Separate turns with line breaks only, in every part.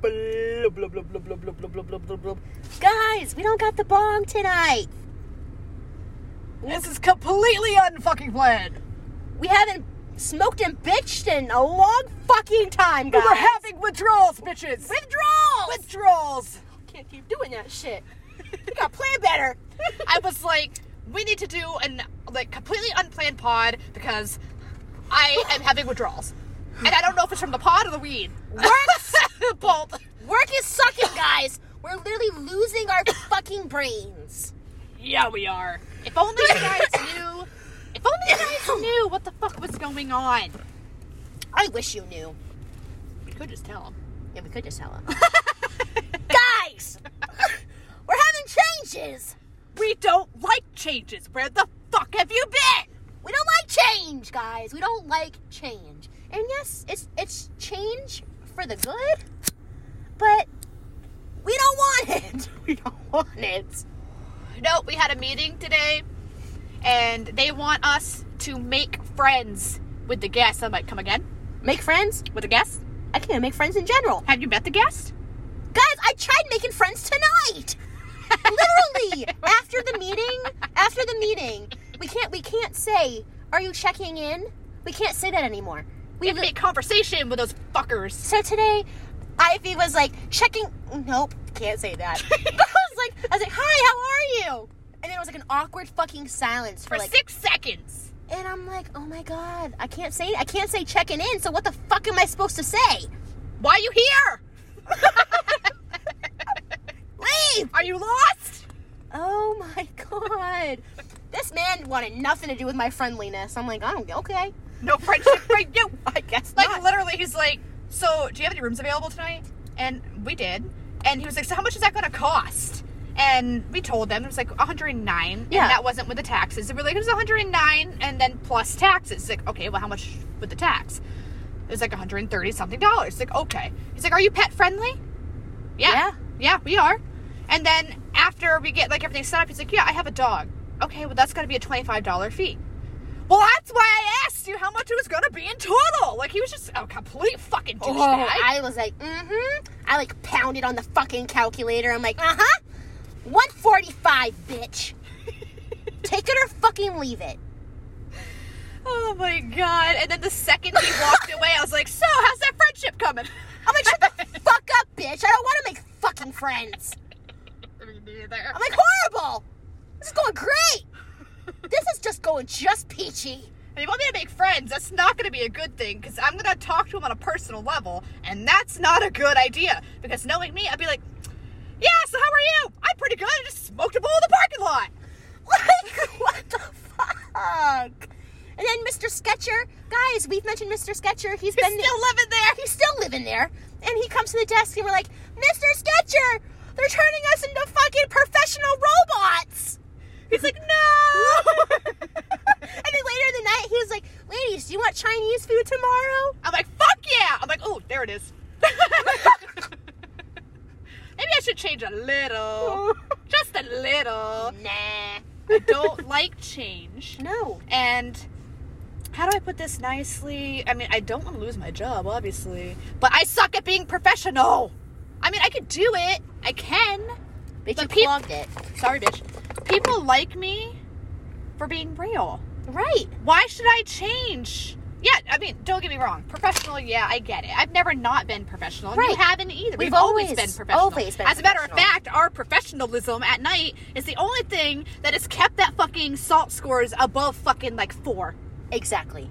Blub, blub, blub, blub, blub, blub, blub, blub, blub, blub, blub. Guys, we don't got the bomb tonight.
This is completely unfucking planned.
We haven't smoked and bitched in a long fucking time, guys.
We're having withdrawals, bitches.
withdrawals.
Withdrawals.
Can't keep doing that shit. we gotta plan better.
I was like, we need to do an like completely unplanned pod because I am having withdrawals, and I don't know if it's from the pod or the weed.
Works.
Both.
Work is sucking, guys. We're literally losing our fucking brains.
Yeah, we are. If only you guys knew. If only you guys knew what the fuck was going on.
I wish you knew.
We could just tell them.
Yeah, we could just tell them. guys, we're having changes.
We don't like changes. Where the fuck have you been?
We don't like change, guys. We don't like change. And yes, it's it's change for the good, but we don't want it. We don't want it.
No, we had a meeting today, and they want us to make friends with the guests. I'm like, come again?
Make friends?
With the guests?
I can't make friends in general.
Have you met the guest?
Guys, I tried making friends tonight. Literally, after the meeting, after the meeting, we can't we can't say, "Are you checking in?" We can't say that anymore. We
We make conversation with those fuckers.
So today, Ivy was like checking. Nope, can't say that. I was like, I was like, hi, how are you? And then it was like an awkward fucking silence for,
For
like,
six seconds.
and I'm like, oh my god, I can't say, I can't say checking in. So what the fuck am I supposed to say?
Why are you here?
Leave!
Are you lost?
Oh my god, this man wanted nothing to do with my friendliness. I'm like, I don't, okay,
No friendship for you.
I guess
Like
not.
literally, he's like, "So, do you have any rooms available tonight?" And we did. And he was like, "So, how much is that going to cost?" And we told them it was like 109,
Yeah.
and that wasn't with the taxes. And we're like, "It was 109, and then plus taxes." It's like, "Okay, well, how much with the tax?" It was like 130 something dollars. It's like, "Okay." He's like, "Are you pet friendly?"
Yeah.
Yeah, yeah, we are. And then after we get like everything set up, he's like, "Yeah, I have a dog." Okay, well, that's going to be a $25 fee. Well, that's why I asked you how much it was gonna be in total. Like he was just a complete fucking douchebag.
Oh, I was like, mm-hmm. I like pounded on the fucking calculator. I'm like, uh-huh. 145, bitch. Take it or fucking leave it.
oh my god! And then the second he walked away, I was like, "So, how's that friendship coming?"
I'm like, shut the fuck up, bitch. I don't want to make fucking friends. I'm like, horrible. This is going great. This is just going just peachy.
and you want me to make friends? That's not gonna be a good thing because I'm gonna talk to him on a personal level, and that's not a good idea. Because knowing me, I'd be like, "Yeah, so how are you? I'm pretty good. I just smoked a bowl in the parking lot."
Like, what the fuck? And then Mr. Sketcher, guys, we've mentioned Mr. Sketcher. He's
He's
been
still living there.
he's still living there. And he comes to the desk and we're like, Mr. Sketcher, they're turning us into fucking professional robots.
He's like, "No."
And then later in the night, he was like, ladies, do you want Chinese food tomorrow?
I'm like, fuck yeah! I'm like, oh, there it is. Maybe I should change a little. Just a little.
Nah.
I don't like change.
No.
And how do I put this nicely? I mean, I don't want to lose my job, obviously. But I suck at being professional. I mean, I could do it. I can.
Bitch,
But
you
peop-
clogged it.
Sorry, bitch. People like me for being real.
Right.
why should I change? Yeah, I mean, don't get me wrong. Professional, yeah, I get it. I've never not been professional. and You
Right.
haven't either.
We've
We've, always,
always-
been professional.
always been
As a matter of
professional.
fact, our professionalism at night is the only thing that has kept that fucking salt scores above fucking like four.
Exactly.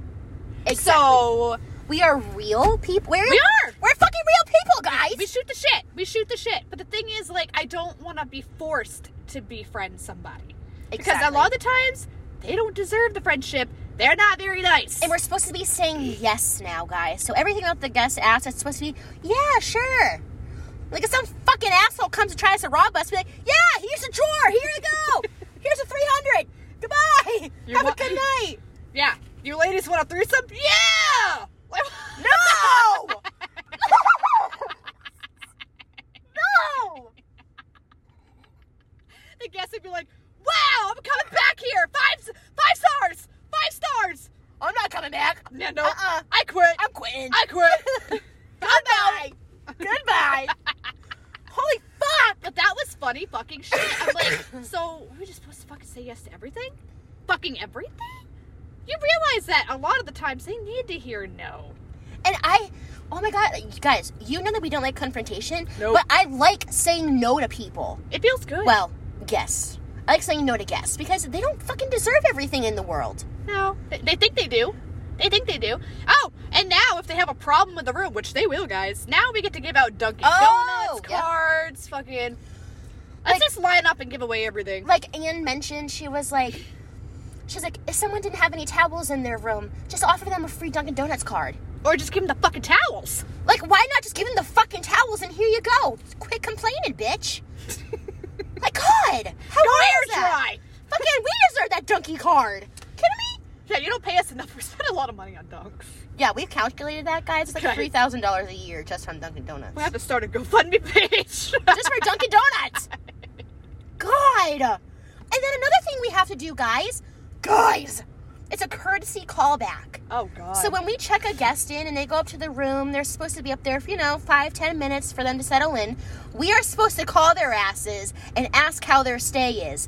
Exactly.
So
we are real people. We're,
We are.
We're fucking real people, guys.
we shoot the shit. We shoot the shit. But the thing is, like, I don't want to be forced to befriend somebody because a
Exactly.
lot of the times they don't deserve the friendship. They're not very nice.
And we're supposed to be saying yes now, guys. So everything that the guest asks, it's supposed to be, yeah, sure. Like if some fucking asshole comes and tries to rob us, be like, yeah, here's a drawer, here you go, here's a three hundred, goodbye,
You're
have
wa-
a good night.
yeah, you ladies want a threesome? Yeah.
No, no.
the guests would be like, "Wow, I'm coming back here. Five, five stars, five stars."
I'm not coming back.
No, no,
Uh-uh.
I quit.
I'm quitting.
I quit.
Goodbye. Goodbye.
holy fuck, but that was funny fucking shit. I'm like, so we're just supposed to fucking say yes to everything? Fucking everything? You realize that a lot of the times they need to hear no.
And I, oh my god, you guys, you know that we don't like confrontation,
Nope.
but I like saying no to people.
It feels good.
Well, guests. I like saying no to guests because they don't fucking deserve everything in the world.
No, they, they think they do. They think they do. Oh, and now if they have a problem with the room, which they will, guys, now we get to give out Dunkin'
Oh,
Donuts
yeah.
cards, fucking. Let's
Like-
just line up and give away everything.
Like Anne mentioned, she was like, she's like, if someone didn't have any towels in their room, just offer them a free Dunkin' Donuts card.
Or just give them the fucking towels.
Like, why not just give them the fucking towels and here you go? Quit complaining, bitch. my god, how
Your
weird
hair's
is that?
dry.
Fucking we deserve that donkey card. Kidding me?
Yeah, you don't pay us enough. We spend a lot of money on dunks.
Yeah, we've calculated that, guys. It's like
Okay.
three thousand dollars a year just on Dunkin' Donuts.
We have to start a GoFundMe page.
just for Dunkin' Donuts. God. And then another thing we have to do, guys, guys, it's a courtesy callback.
oh god.
So when we check a guest in and they go up to the room, they're supposed to be up there for, you know, five, ten minutes for them to settle in. We are supposed to call their asses and ask how their stay is.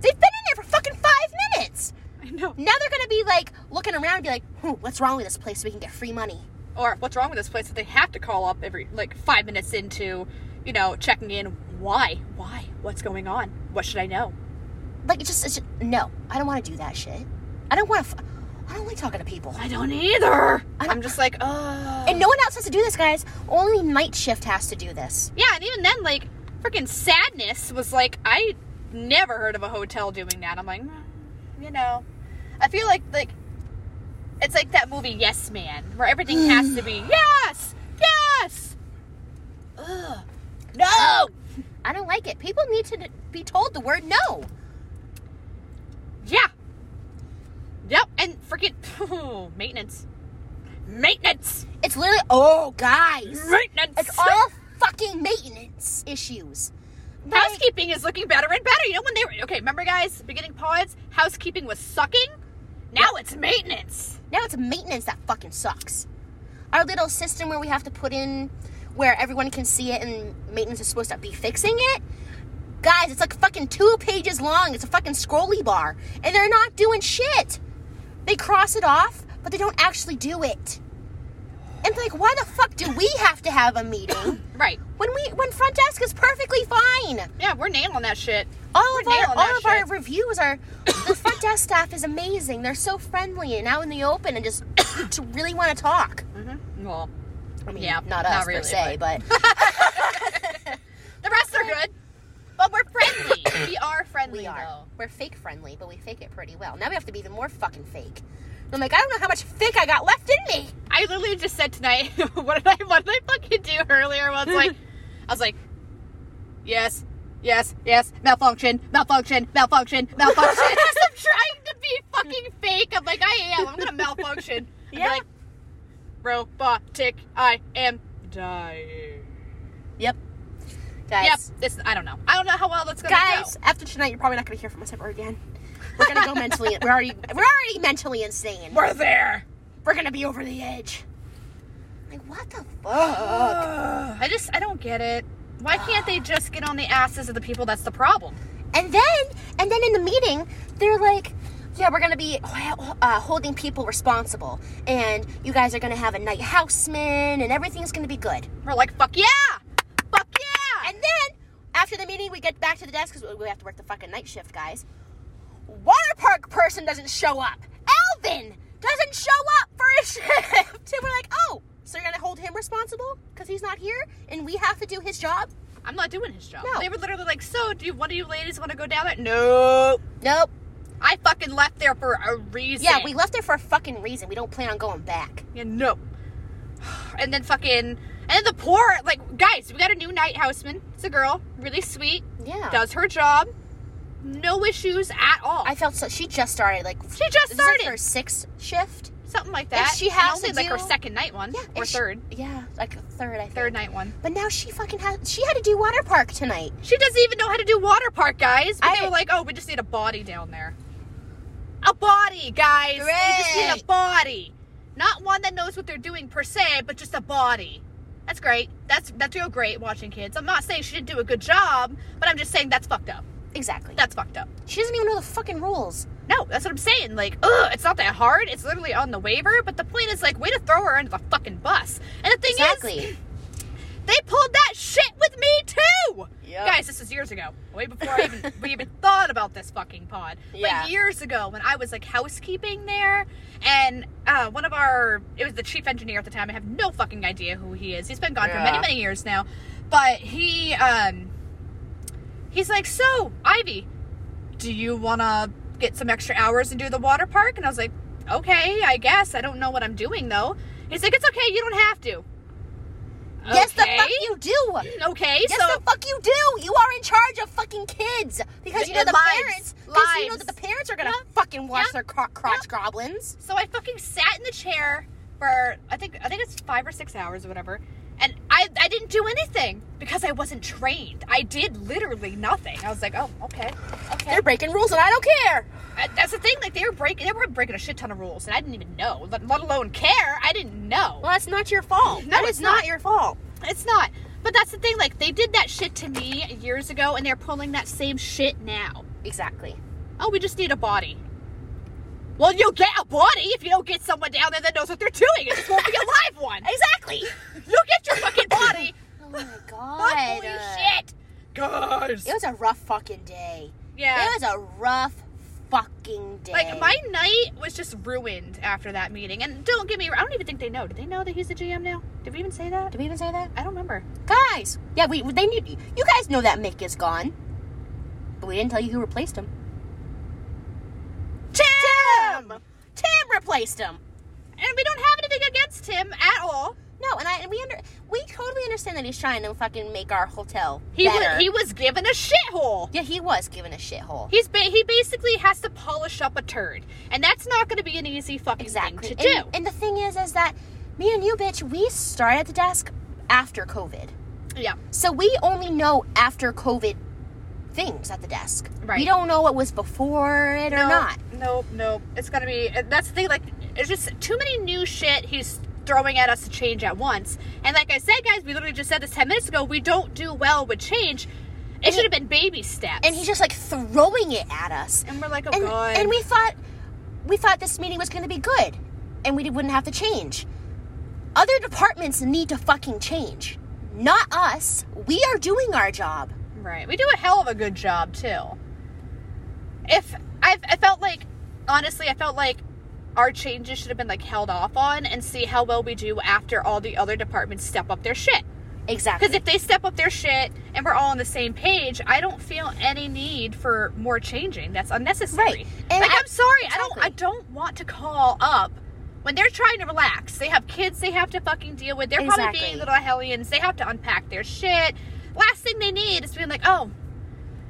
They've been in there for fucking five minutes.
I know.
Now they're gonna be like looking around and be like, hmm, what's wrong with this place so we can get free money?
Or what's wrong with this place that they have to call up every like five minutes into, you know, checking in. Why? Why? What's going on? What should I know?
Like, it's just, it's just no, I don't wanna do that shit. I don't wanna, f- I don't like talking to people.
I don't either.
I don't-
I'm just like, uh.
And no one else has to do this, guys. Only night shift has to do this.
yeah, and even then, like, freaking sadness was like, I never heard of a hotel doing that. I'm like, mm, you know, I feel like like it's like that movie Yes Man, where everything has to be yes, yes. Ugh. No.
I don't like it. People need to be told the word no.
Yeah. Yep. And freaking maintenance. Maintenance.
It's literally, oh, guys.
Maintenance.
It's all fucking maintenance issues. Like,
Housekeeping is looking better and better. You know when they were okay. Remember, guys, beginning pods, housekeeping was sucking. Now it's maintenance.
now it's maintenance that fucking sucks. Our little system where we have to put in where everyone can see it and maintenance is supposed to be fixing it. Guys, it's like fucking two pages long. It's a fucking scrolly bar. And they're not doing shit. They cross it off, but they don't actually do it. And like, why the fuck do we have to have a meeting
Right.
when we when front desk is perfectly fine?
Yeah, we're nailing that shit.
all
We're
of our
nailing that
all of our
shit.
reviews are the front desk staff is amazing. They're so friendly and out in the open and just to really want to talk.
Well,
I mean,
Yeah,
not
not
us per
really,
se, but
the rest are good, but we're friendly. we are friendly.
we are
Though.
we're fake friendly, but we fake it pretty well. Now we have to be even more fucking fake. I'm like, I don't know how much fake I got left in me.
I literally just said tonight, what did I what did I fucking do earlier? I was like, I was like, yes, yes, yes, malfunction, malfunction, malfunction, malfunction. Because I'm trying to be fucking fake. I'm like, I am. I'm gonna malfunction. I'm
Yeah.
Like, Robotic. I am dying.
Yep, guys.
Yep. This. I don't know. I don't know how well that's gonna
Guys, after tonight, you're probably not gonna hear from us ever again. We're gonna go mentally. We're already we're already mentally insane.
go. We're there.
We're gonna be over the edge. Like, what the fuck?
I just I don't get it. Why can't they just get on the asses of the people that's the problem?
And then, and then in the meeting, they're like, "Yeah, we're gonna be uh, holding people responsible, and you guys are gonna have a night houseman, and everything's gonna be good."
We're like, fuck yeah! Fuck yeah!
And then, after the meeting, we get back to the desk because we have to work the fucking night shift, guys. Water park person doesn't show up. Alvin doesn't show up for a shift, and we're like, "Oh, so you're gonna hold him responsible because he's not here, and we have to do his job?"
I'm not doing his job.
No.
They were literally like, so do you, one of you ladies want to go down there? No.
Nope.
I fucking left there for a reason.
Yeah, we left there for a fucking reason. We don't plan on going back.
Yeah, no. And then fucking, and then the poor, like, guys, we got a new night houseman. It's a girl, really sweet,
Yeah.
does her job, no issues at all.
I felt so. She just started. Like
she just
this is like
started
her sixth shift.
something like that.
she
And
has
only
to
like her
do-
second night one
Yeah,
or
and she-
third,
yeah, like a third. I think.
third night one.
But now she fucking had. She had to do water park tonight.
She doesn't even know how to do water park, guys. But
I-
they were like, oh, we just need a body down there. A body, guys. We just need
Great.
a body. Not one that knows what they're doing per se, but just a body. That's great. That's that's real great watching kids. I'm not saying she didn't do a good job, but I'm just saying that's fucked up.
Exactly.
That's fucked up.
She doesn't even know the fucking rules.
No, that's what I'm saying. Like, ugh, it's not that hard. It's literally on the waiver. But the point is, like, way to throw her under the fucking bus. And the thing is,
Exactly.
they pulled that shit with me too.
Yep.
Guys, this is years ago. Way before I even we even thought about this fucking pod.
Yeah.
Like years ago when I was like housekeeping there and uh, one of our it was the chief engineer at the time. I have no fucking idea who he is. He's been gone for many,
Yeah.
many years now. But he um he's like, "So, Ivy, do you want to get some extra hours and do the water park?" And I was like, "Okay, I guess. I don't know what I'm doing though." He's like, "It's okay. You don't have to."
Yes, the
Okay.
fuck you do.
Okay,
Yes,
so
the fuck you do. You are in charge of fucking kids because you know
And
the
lives.
parents. Because you know
Lives.
that the parents are gonna
Yeah.
fucking watch
Yeah.
their cro- crotch
Yeah.
goblins.
so I fucking sat in the chair for I think I think it's five or six hours or whatever, and I I didn't do anything because I wasn't trained. I did literally nothing. I was like, oh, okay, okay.
They're breaking rules and I don't care.
Uh, That's the thing. Like they were breaking they were breaking a shit ton of rules, and I didn't even know, let, let alone care. I didn't know.
Well, that's not your fault.
No,
that
it's
is not
not.
your fault.
It's not. But that's the thing. Like they did that shit to me years ago, and they're pulling that same shit now.
Exactly.
Oh, we just need a body. Well, you'll get a body if you don't get someone down there that knows what they're doing. It just won't be a live one.
Exactly.
You'll get your fucking body.
Oh my god.
Holy shit. Guys.
uh, It was a rough fucking day.
Yeah.
It was a rough fucking day.
like my night was just ruined after that meeting. And don't get me wrong, I don't even think they know. Did they know that he's the GM now? Did we even say that?
Did we even say that?
I don't remember.
Guys. Yeah, we they need you guys know that Mick is gone. But we didn't tell you who replaced him.
Tim!
Tim! Tim replaced him.
And we don't have anything against him at all.
No, and I and we under we totally understand that he's trying to fucking make our hotel
He
better.
was, he was given a shithole.
yeah, he was given a shithole.
He's ba- he basically has to polish up a turd, and that's not going to be an easy fucking
Exactly.
thing to do.
And, and the thing is, is that me and you, bitch, we started at the desk after COVID.
yeah.
So we only know after COVID things at the desk.
Right.
We don't know what was before it or not.
Nope, nope. It's gonna be. That's the thing. Like, it's just too many new shit he's throwing at us to change at once. And like I said, guys, we literally just said this ten minutes ago. We don't do well with change. It should have been baby steps.
And he's just like throwing it at us.
and we're like, oh
and,
god.
and we thought we thought this meeting was going to be good and we wouldn't have to change. Other departments need to fucking change. Not us. We are doing our job.
Right. We do a hell of a good job too. If I, I felt like, honestly, I felt like our changes should have been like held off on and see how well we do after all the other departments step up their shit.
Exactly.
Because if they step up their shit and we're all on the same page, I don't feel any need for more changing. That's unnecessary.
Right. And
like I,
I-
am sorry,
Exactly.
I don't. I don't want to call up when they're trying to relax. They have kids. They have to fucking deal with. They're probably being
Exactly.
little hellions. They have to unpack their shit. Last thing they need is being like, oh,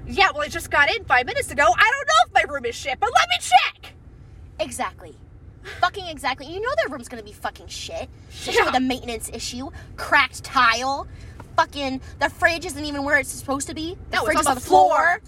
yeah, well, I just got in five minutes ago. I don't know if my room is shit, but let me check.
Exactly. fucking exactly. You know their room's gonna be fucking shit. Just
Yeah.
with a maintenance issue, cracked tile, fucking the fridge isn't even where it's supposed to be. The
No,
fridge
it's
is
on the floor.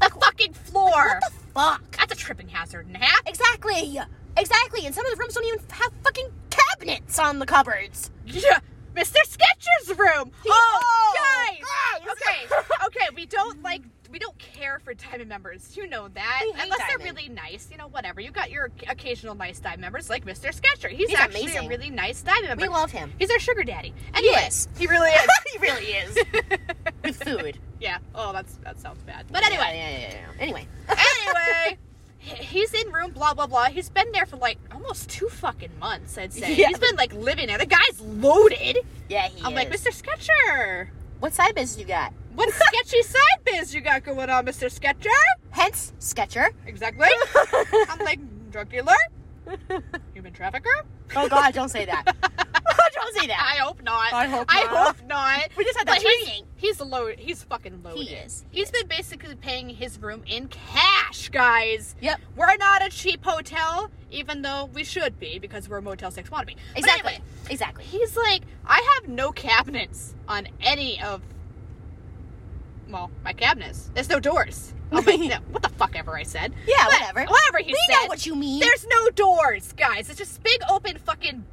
The fucking floor.
What the fuck?
That's a tripping hazard and a half.
Exactly. Exactly. And some of the rooms don't even have fucking cabinets on the cupboards.
Yeah, Mr. Sketcher's room.
Oh,
guys.
guys.
Okay, okay. We don't like. We don't care for diamond members. You know that.
We hate
Unless they're
diamond.
really nice. You know, whatever. You got your occasional nice diamond members, like Mr. Sketcher. He's,
He's
actually
amazing.
a really nice diamond member.
We love him.
He's our sugar daddy. Anyway,
Yes.
he really is.
he really is. With food.
yeah. Oh, that's that sounds bad. But anyway,
Yeah, yeah, yeah, yeah, yeah. Anyway.
anyway, h- he's in room blah blah blah. He's been there for like almost two fucking months. I'd say
Yeah.
he's been like living there. The guy's loaded.
Yeah, he
I'm
is.
like, Mr. Sketcher.
what side business you got?
What sketchy side biz you got going on, Mr. Sketcher?
Hence, Sketcher.
Exactly. I'm like, drug dealer? Human trafficker?
Oh God, don't say that. don't say that.
I hope not.
I hope
I
not.
hope not.
We just had that
But he's-
training.
He's, loaded. He's fucking loaded.
He is.
He's been basically paying his room in cash, guys.
Yep.
We're not a cheap hotel, even though we should be because we're a Motel 6 wannabe. But
Exactly.
anyway,
Exactly.
he's like, I have no cabinets on any of, well, my cabinets. There's no doors. Oh my, no, what the fuck ever I said.
Yeah,
But-
whatever.
Whatever he
we
said.
know what you mean.
There's no doors, guys. It's just big open fucking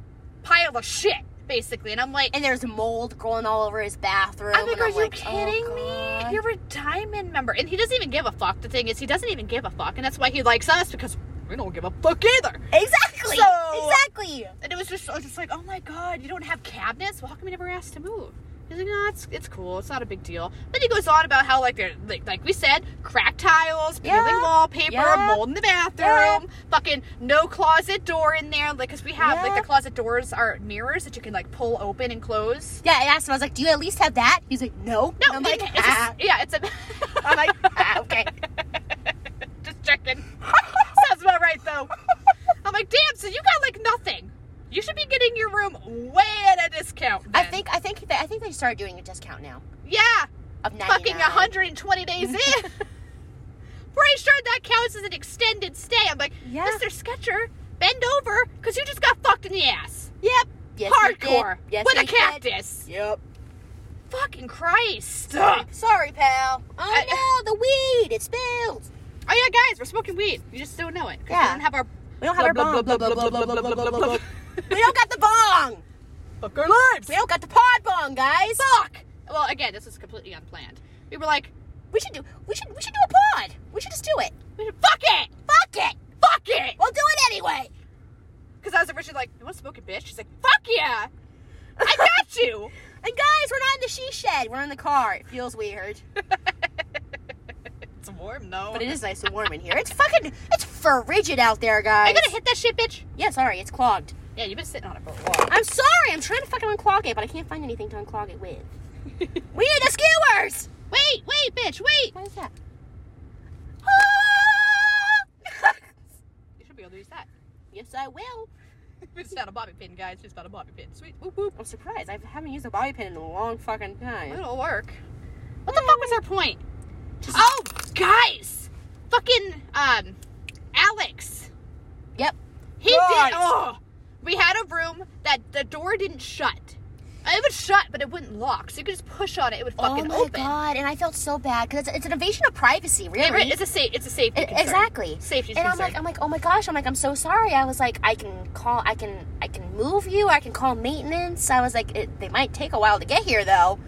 pile of shit. basically. And I'm like,
And there's mold growing all over his bathroom.
I'm like,
and
are you
like, oh,
kidding
God.
me? You're a diamond member. And he doesn't even give a fuck. The thing is, he doesn't even give a fuck. And that's why he likes us because we don't give a fuck either.
Exactly.
So-
exactly.
And it was just, I was just like, oh my God, you don't have cabinets? Well, how come you never asked to move? He's like, no, it's, it's cool. It's not a big deal. Then he goes on about how, like, they're, like, like we said, cracked tiles, peeling
Yeah.
wallpaper,
Yeah.
mold in the bathroom, fucking no closet door in there. Like, because we have, like,
Yeah.
the closet doors are mirrors that you can, like, pull open and close.
Yeah, I asked him. I was like, "Do you at least have that?" He's like, "No."
No,
And I'm
they-
like,
it's a-
ah.
yeah, it's a.
I'm like, ah, okay.
Just checking. Sounds about right though. I'm like, damn, so you got like nothing. You should be getting your room way at a discount.
I
then."
think I think they, I think they started doing a discount now
Yeah,
of ninety nine.
fucking 120 days in. Pretty sure that counts as an extended stay. I'm like,
Yeah.
Mr. Sketcher, bend over, cause you just got fucked in the ass.
Yep. Yes, he did.
Hardcore.
Yes,
with
he
a
did.
cactus.
Yep.
Fucking Christ.
Sorry, pal. Oh
I-
no, the weed it spilled.
Oh yeah, guys, we're smoking weed. You just don't know it. 'cause
Yeah.
We don't have our.
We don't have our bong. We don't got the bong.
Fuck our lives.
We don't got the pod bong, guys.
Fuck. Well, again, this is completely unplanned. We were like,
We should do. We should. We should do a pod. We should just do it.
we should- fuck it,
Fuck it.
fuck it.
We'll do it anyway.
Because I was originally like, you want to smoke a bitch? She's like, fuck yeah, I got you.
And guys, we're not in the she shed. We're in the car. It feels weird,
It's warm though.
but it is nice and warm in here. It's fucking. It's frigid out there, guys.
I gotta hit that shit, bitch.
Yeah, sorry, it's clogged.
Yeah, you've been sitting on it for a while.
I'm sorry. I'm trying to fucking unclog it, but I can't find anything to unclog it with. we need the skewers.
Wait, wait, bitch, wait.
What is that?
You should be able to use that.
yes, I will.
It's not a bobby pin, guys. It's not a bobby pin. Sweet. Whoop whoop.
I'm surprised. I haven't used a bobby pin in a long fucking time.
It'll work. What the fuck was our point? Oh, guys, fucking um, Alex.
Yep.
He
Right.
did. Oh, we had a room that the door didn't shut. It would shut, but it wouldn't lock. So you could just push on it; it would
Oh
fucking
my
open.
god! And I felt so bad because it's, it's an invasion of privacy,
It-
really.
It's a safe. It's a safety.
E-
concern.
exactly.
Safety
and I'm
concern.
like, I'm like, oh my gosh! I'm like, I'm so sorry. I was like, I can call, I can, I can move you. I can call maintenance. I was like, it, they might take a while to get here though.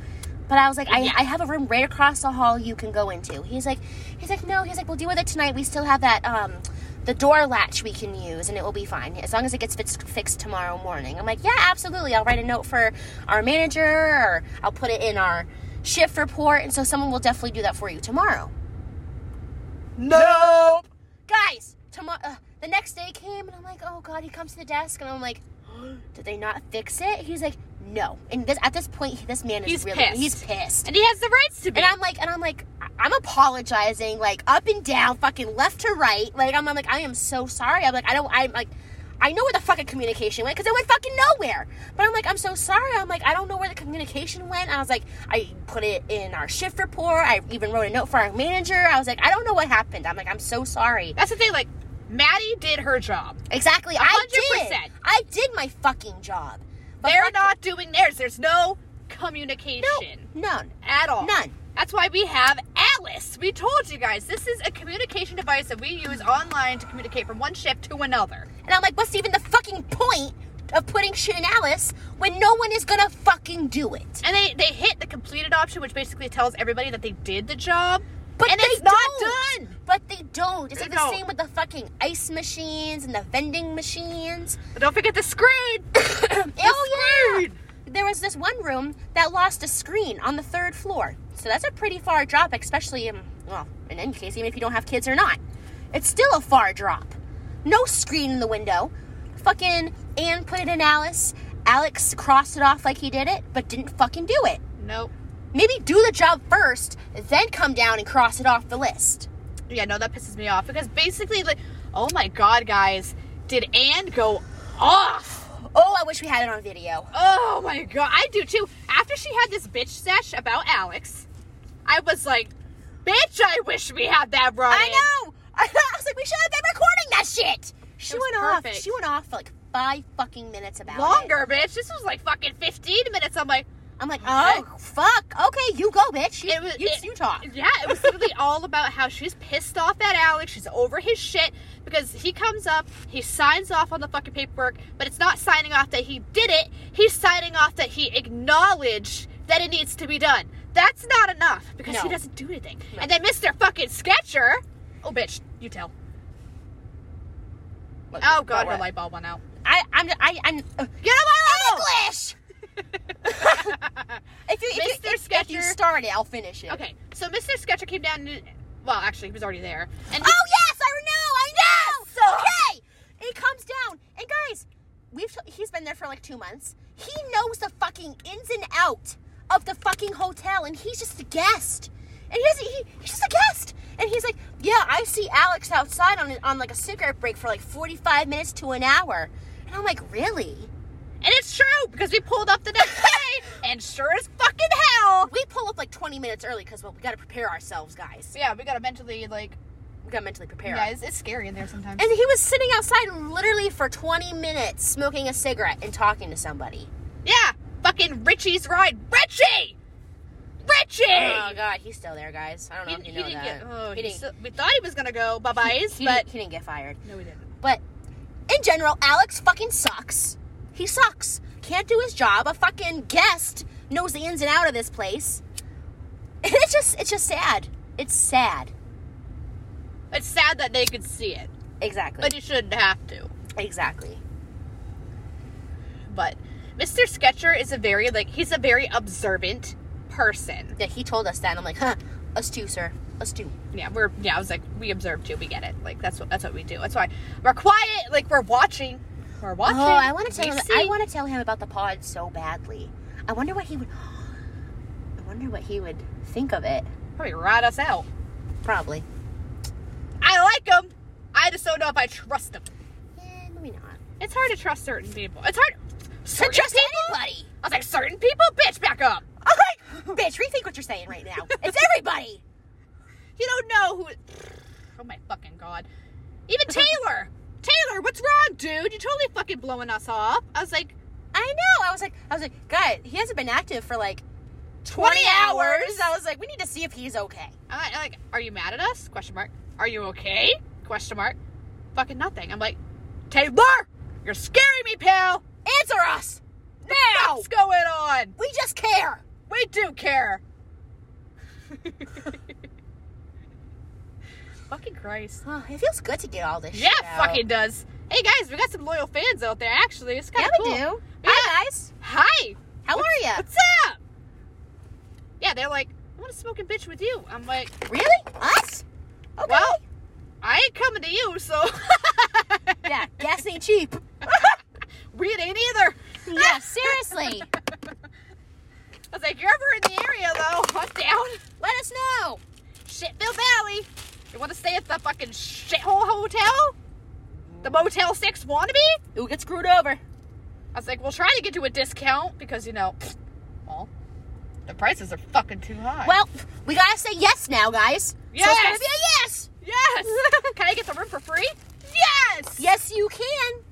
But I was like, I,
Yeah.
I have a room right across the hall you can go into. He's like, he's like, no. He's like, we'll deal with it tonight. We still have that um, the door latch we can use, and it will be fine as long as it gets fixed, fixed tomorrow morning. I'm like, yeah, absolutely. I'll write a note for our manager, or I'll put it in our shift report, and so someone will definitely do that for you tomorrow
Nope.
guys, tomorrow. Uh, the next day came, and I'm like, oh god. He comes to the desk, and I'm like, did they not fix it? He's like, no. And this at this point, this man is
He's
really
pissed.
he's pissed.
and he has the rights to be.
And I'm like, and I'm like, I- I'm apologizing, like up and down, fucking left to right. Like I'm, I'm like, I am so sorry. I'm like, I don't, I'm like. I know where the fucking communication went because it went fucking nowhere. But I'm like, I'm so sorry. I'm like, I don't know where the communication went. I was like, I put it in our shift report. I even wrote a note for our manager. I was like, I don't know what happened. I'm like, I'm so sorry.
That's the thing. Like, Maddie did her job.
Exactly. I did.
100%.
I did my fucking job. But
They're
fuck-
not doing theirs. There's no communication
None.
at all.
None.
That's why we have Alice. We told you guys this is a communication device that we use online to communicate from one shift to another.
And I'm like, what's even the fucking point of putting shit in Alice when no one is gonna fucking do it?
And they, they hit the completed option, which basically tells everybody that they did the job.
But
and
they
it's not
don't.
done.
But they don't. It's
They
like the
don't.
same with the fucking ice machines and the vending machines.
But don't forget the screen. The
Oh, yeah.
screen.
There was this one room that lost a screen on the third floor. So that's a pretty far drop, especially in, well, in any case, even if you don't have kids or not. It's still a far drop. No screen in the window. Fucking Anne put it in Alice. Alex crossed it off like he did it, but didn't fucking do it.
Nope.
Maybe do the job first, then come down and cross it off the list.
Yeah, no, that pisses me off because basically, like, oh my god, guys, did Anne go off?
Oh, I wish we had it on video.
Oh my god, I do too. After she had this bitch sesh about Alex, I was like, bitch, I wish we had that right.
I know. I was like, we should have been recording that shit. She
It was
went off.
perfect.
She went off for like five fucking minutes about it.
Longer, bitch. This was like fucking 15 minutes. I'm like,
I'm like, oh fuck, okay, you go, bitch. You,
Uh-huh. It was-
you,
it- Oh,
you talk.
Yeah, it was literally all about how she's pissed off at Alex. She's over his shit because he comes up, he signs off on the fucking paperwork, but it's not signing off that he did it. He's signing off that he acknowledged that it needs to be done. That's not enough because he
No.
doesn't do anything. And then Mr. fucking Sketcher. Oh, bitch, you tell.
What-
Oh,
about
God, her
what?
light bulb went out.
I, I'm, I, I'm. Uh,
Get on my
English.
level!
If you, if you,
Mr.
if, if you
Sketcher.
start it, I'll finish it.
okay, so Mr. Sketcher came down and. Well, actually, he was already there. And
Oh yes, I know, I know. Okay, it comes down, and guys, we've he's been there for like two months. He knows the fucking ins and out of the fucking hotel, and he's just a guest. And he doesn't, he, he's just a guest. And he's like, yeah, I see Alex outside on on like a cigarette break for like forty five minutes to an hour, and I'm like, really?
And it's true because we pulled up the next day, and sure as fucking hell.
We pull up like twenty minutes early because well, we got to prepare ourselves, guys.
Yeah, we gotta mentally like.
We got to mentally prepare.
Yeah, it's, it's scary in there sometimes.
And he was sitting outside literally for 20 minutes smoking a cigarette and talking to somebody.
yeah, fucking Richie's ride, Richie, Richie.
Oh god, he's still there, guys. I don't know if you know
didn't
that.
get. Oh,
he,
he
didn't,
still- we thought he was gonna go bye byes,
he,
but
didn't, he didn't get fired.
no, we didn't.
But in general, Alex fucking sucks. He sucks. Can't do his job. A fucking guest knows the ins and out of this place. It's just it's just sad. It's sad.
It's sad that they could see it,
Exactly.
but you shouldn't have to.
exactly.
But Mr. Sketcher is a very like he's a very observant person.
Yeah, he told us that and I'm like, huh, us too, sir. Us too.
yeah, we're yeah. I was like, we observe too. We get it. Like that's what that's what we do. That's why we're quiet. Like we're watching. We're watching.
Oh, I want to tell
We
him. I
see.
want to tell him about the pod so badly. I wonder what he would. I wonder what he would think of it.
probably rat us out.
Probably.
I like him. I just don't know if I trust him.
Yeah, Eh, maybe not.
It's hard to trust certain people. It's hard.
So
Certain
trust
people?
anybody.
I was like, certain people, bitch, back up.
All right, bitch, rethink what you're saying right now. It's everybody.
You don't know who. Oh my fucking god. Even Taylor. Taylor, what's wrong, dude? You're totally fucking blowing us off. I was like,
I know. I was like, I was like, guy, he hasn't been active for like 20,
20
hours.
hours.
I was like, we need to see if he's okay.
I, I like, are you mad at us? Question mark. Are you okay? Question mark. Fucking nothing. I'm like, Taylor, you're scaring me, pal.
Answer us now.
What's going on?
We just care.
We do care. fucking Christ.
Oh, it feels good to get all this.
Yeah,
shit out.
fucking does. Hey guys, we got some loyal fans out there. Actually, it's kind
Yeah,
of
we
cool.
do.
Yeah.
Hi guys.
Hi.
How are you?
What's up? Yeah, they're like, I want to smoke a bitch with you. I'm like,
Really? Us? Okay.
well, I ain't coming to you, so.
yeah, gas ain't cheap.
We ain't either.
yeah, seriously.
I was like, you're ever in the area though, I'm down.
Let us know.
Shitville Valley. You want to stay at the fucking shithole hotel? The Motel 6 wannabe?
Who gets screwed over?
I was like, we'll try to get you a discount because, you know, well, the prices are fucking too high.
Well, we gotta say yes now, guys. So it's
Yes.
gonna be a yes.
yes. Can I get the room for free? Yes.
Yes, you can.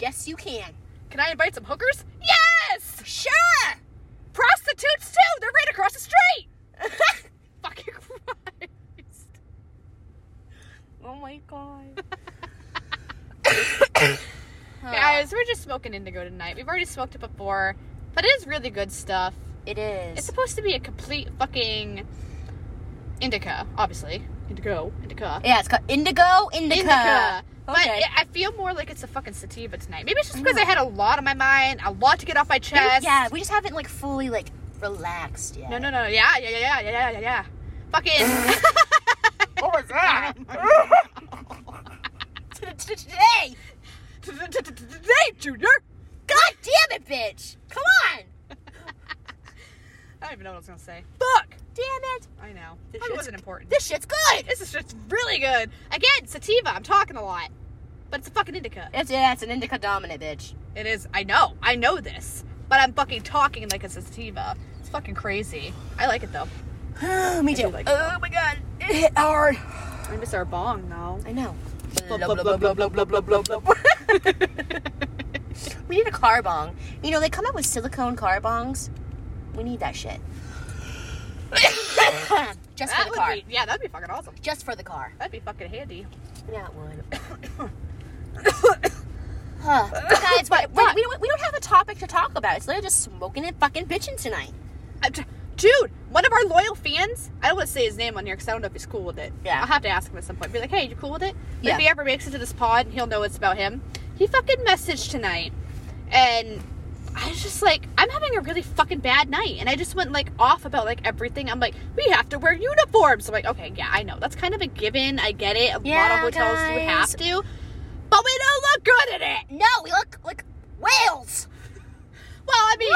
Yes, you can.
Can I invite some hookers? Yes.
Sure.
Prostitutes too. They're right across the street. Fucking Christ.
oh my god.
Guys, we're just smoking indigo tonight. We've already smoked it before, but it is really good stuff.
It is.
It's supposed to be a complete fucking indica, obviously. Indigo, indica.
yeah, it's called Indigo Indica.
But
Okay. Mm.
it, I feel more like it's a fucking sativa tonight. Maybe it's just because I had a lot on my mind, a lot to get off my chest.
Yeah, we just haven't like fully like relaxed yet.
No, no, no. Yeah, yeah, yeah, yeah, yeah, yeah, yeah. Fucking.
What was that?
Today.
Today, Junior.
God damn it, bitch. Come on.
I don't even know what I was gonna say.
Fuck. Damn it.
I know.
This
Probably
shit's-
wasn't important.
This shit's good.
This is just really good. Again, sativa. I'm talking a lot, but it's a fucking indica.
It's yeah, it's an indica dominant bitch.
It is. I know. I know this, but I'm fucking talking like it's a sativa. It's fucking crazy. I like it though.
Me
do
too.
like-
oh my god, it hit hard.
I miss our bong though.
I know.
Blah, blah, blah, blah, blah, blah, blah, blah, blah.
We need a car bong. You know, they come up with silicone car bongs. We need that shit. Just
That
for the
would
car.
be- yeah, that'd be fucking awesome.
Just for the car.
That'd be fucking handy.
Yeah, it would. Huh. Guys, what, what, we, don't, we don't have a topic to talk about. It's literally just smoking and fucking bitching tonight.
Uh, d- Dude, one of our loyal fans, I don't want to say his name on here because I don't know if he's cool with it.
Yeah.
I'll have to ask him at some point. Be like, hey, you cool with it? But
Yeah.
If he ever makes it to this pod, he'll know it's about him. He fucking messaged tonight. And I was just like, I'm having a really fucking bad night. And I just went like off about like everything. I'm like, we have to wear uniforms. I'm like, okay, yeah, I know. That's kind of a given. I get it. A lot
Yeah,
of hotels do
guys.
have to. But we don't look good in it.
No, we look like whales.
Well, I mean,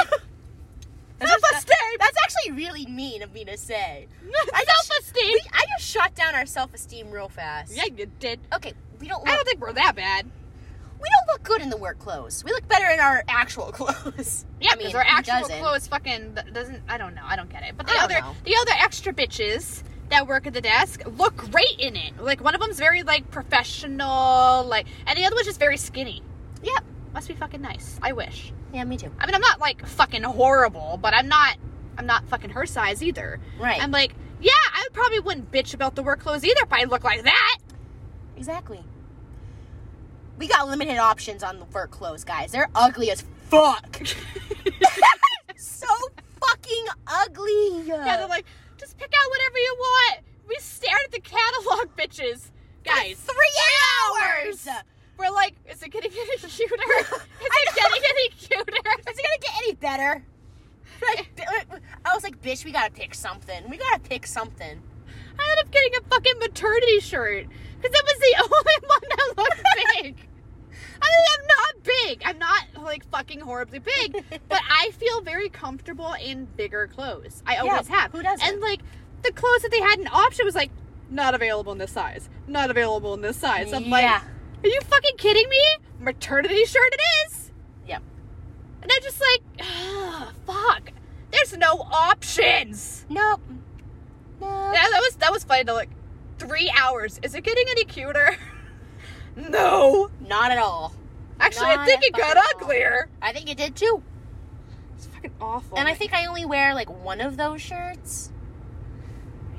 self-esteem.
That's actually really mean of me to say.
self-esteem.
We, I just shot down our self esteem real fast.
Yeah, you did.
Okay, we don't look
I don't think we're that bad.
we don't look good in the work clothes. We look better in our actual clothes.
Yeah,
I
because
mean,
our
who
actual
doesn't?
clothes fucking th- doesn't. I don't know. I don't get it. But the
I don't
other,
know.
the other extra bitches that work at the desk look great in it. Like one of them's very like professional, like, and the other one's just very skinny.
Yep.
Must be fucking nice. I wish.
Yeah, me too.
I mean, I'm not like fucking horrible, but I'm not. I'm not fucking her size either.
Right.
I'm like, yeah, I probably wouldn't bitch about the work clothes either if I look like that.
Exactly. We got limited options on the work clothes, guys. They're ugly as fuck. so fucking ugly.
Yeah, they're like, just pick out whatever you want. We stared at the catalog, bitches. Guys,
three hours.
We're like, is it getting any cuter? Is it getting any cuter?
Is it gonna get any better? Like, I was like, bitch, we gotta pick something. We gotta pick something.
I ended up getting a fucking maternity shirt because it was the only one that looked big. I mean, I'm not big. I'm not like fucking horribly big, but I feel very comfortable in bigger clothes. I always have.
who doesn't?
And like the clothes that they had an option was like not available in this size. Not available in this size. I'm like,
Yeah.
are you fucking kidding me? Maternity shirt it is.
Yep.
And I'm just like, "Ugh, fuck. There's no options.
Nope. No.
Yeah, that was that was funny. To like three hours. Is it getting any cuter? no.
Not at all.
Actually, I
Not
think
a
it got
fucking all.
uglier.
I think it did too.
It's fucking awful.
And I think I only wear like one of those shirts.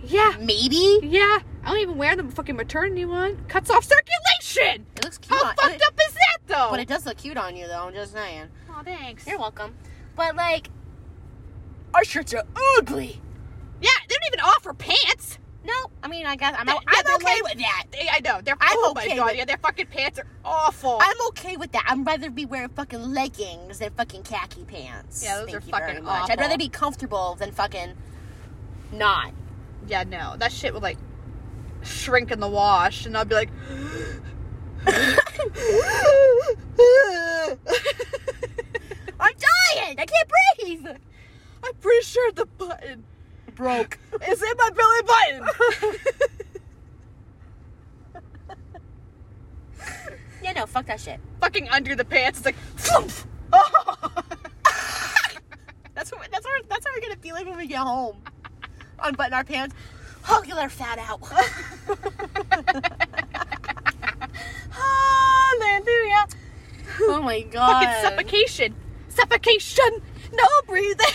yeah,
Maybe.
yeah. I don't even wear the fucking maternity one. Cuts off circulation.
It looks cute.
How
on-
fucked
it-
up is that though?
But it does look cute on you, though. I'm just saying.
oh, thanks.
You're welcome. But like, our shirts are ugly.
Yeah, they don't even offer pants.
No, I mean, I guess I'm.
Yeah,
I'm
they're
okay
like-
with that.
They- I know. They're.
I'm
oh
okay
my god.
with-
Yeah, their fucking pants are awful.
I'm okay with that. I'd rather be wearing fucking leggings than fucking khaki pants.
Yeah, those
Thank
are
you
fucking
very much. I'd
awful.
rather be comfortable than fucking not.
yeah, no. That shit would like shrink in the wash, and I'd be like.
I'm dying. I can't breathe.
I'm pretty sure the button
Broke.
is in my belly button.
Yeah, no, fuck that shit.
Fucking under the pants. It's like, thump. Oh.
That's what. That's what. That's how we're gonna feel like when we get home. Unbutton our pants. Oh, you let her fat out. Oh
Hallelujah.
oh my god.
Fucking suffocation. Suffocation. No breathing.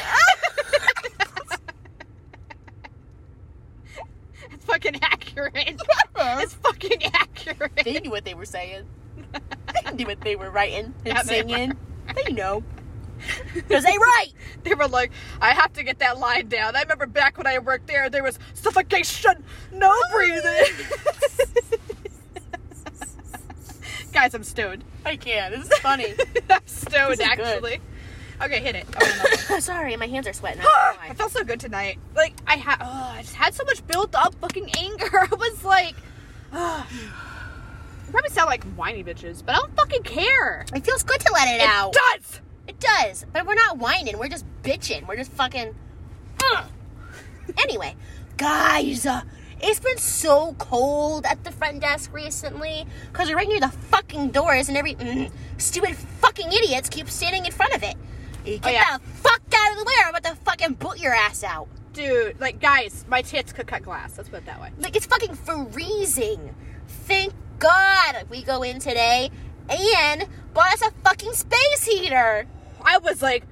it's fucking accurate.
Uh-huh.
It's fucking accurate.
They knew what they were saying. They knew what they were writing and
Yeah, they
singing. They, know. Because they write.
They were like, I have to get that line down. I remember back when I worked there, there was suffocation, no
Oh,
breathing. Guys, I'm stoned.
I can't. This is funny.
I'm stoned,
This is good.
actually. Okay, hit it. Oh, no.
Sorry, my hands are sweating. I don't know
I
why.
felt so good tonight. Like I had, oh, I just had so much built up fucking anger. I was like, oh. probably sound like whiny bitches, but I don't fucking care.
It feels good to let it, out.
It does.
it does. But we're not whining. We're just bitching. We're just fucking. Ugh. anyway, guys, uh, it's been so cold at the front desk recently because we're right near the fucking doors and every mm, stupid fucking idiots keep standing in front of it. You get
yeah.
the fuck out of the way or I'm about to fucking boot your ass out.
Dude, like guys, my tits could cut glass. Let's put it that way.
Like it's fucking freezing. Thank God we go in today and bought us a fucking space heater.
I was like,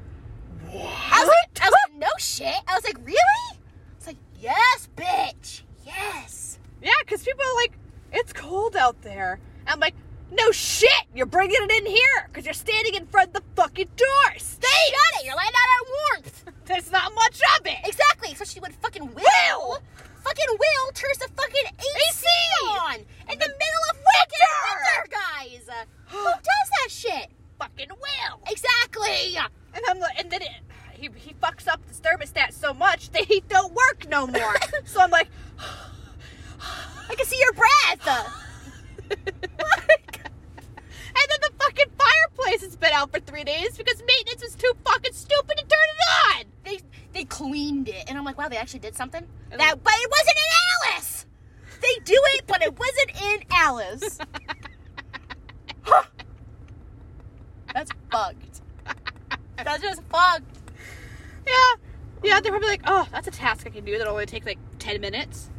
I was like, I was like, no shit. I was like, really? It's like, yes, bitch. Yes.
yeah, because people are like, it's cold out there. I'm like, no shit, you're bringing it in here because you're standing in front of the fucking door. Stay.
Shut it. You're letting out our warmth.
There's not much of it.
Exactly. Especially when fucking Will,
Will!
fucking Will turns the fucking AC, on in the middle of
Winter!
fucking winter, guys. Who does that shit?
Fucking will.
Exactly.
And I'm like, and then it, he he fucks up the thermostat so much the heat don't work no more. so I'm like,
I can see your breath.
and then the fucking fireplace has been out for three days because maintenance was too fucking stupid to turn it on.
they they cleaned it, and I'm like, wow, they actually did something.
And-
That, but it wasn't in Alice. They do it, but it wasn't in Alice. Huh. That's fucked. That's just fucked.
Yeah. Yeah, they're probably like, oh, that's a task I can do that'll only take like 10 minutes.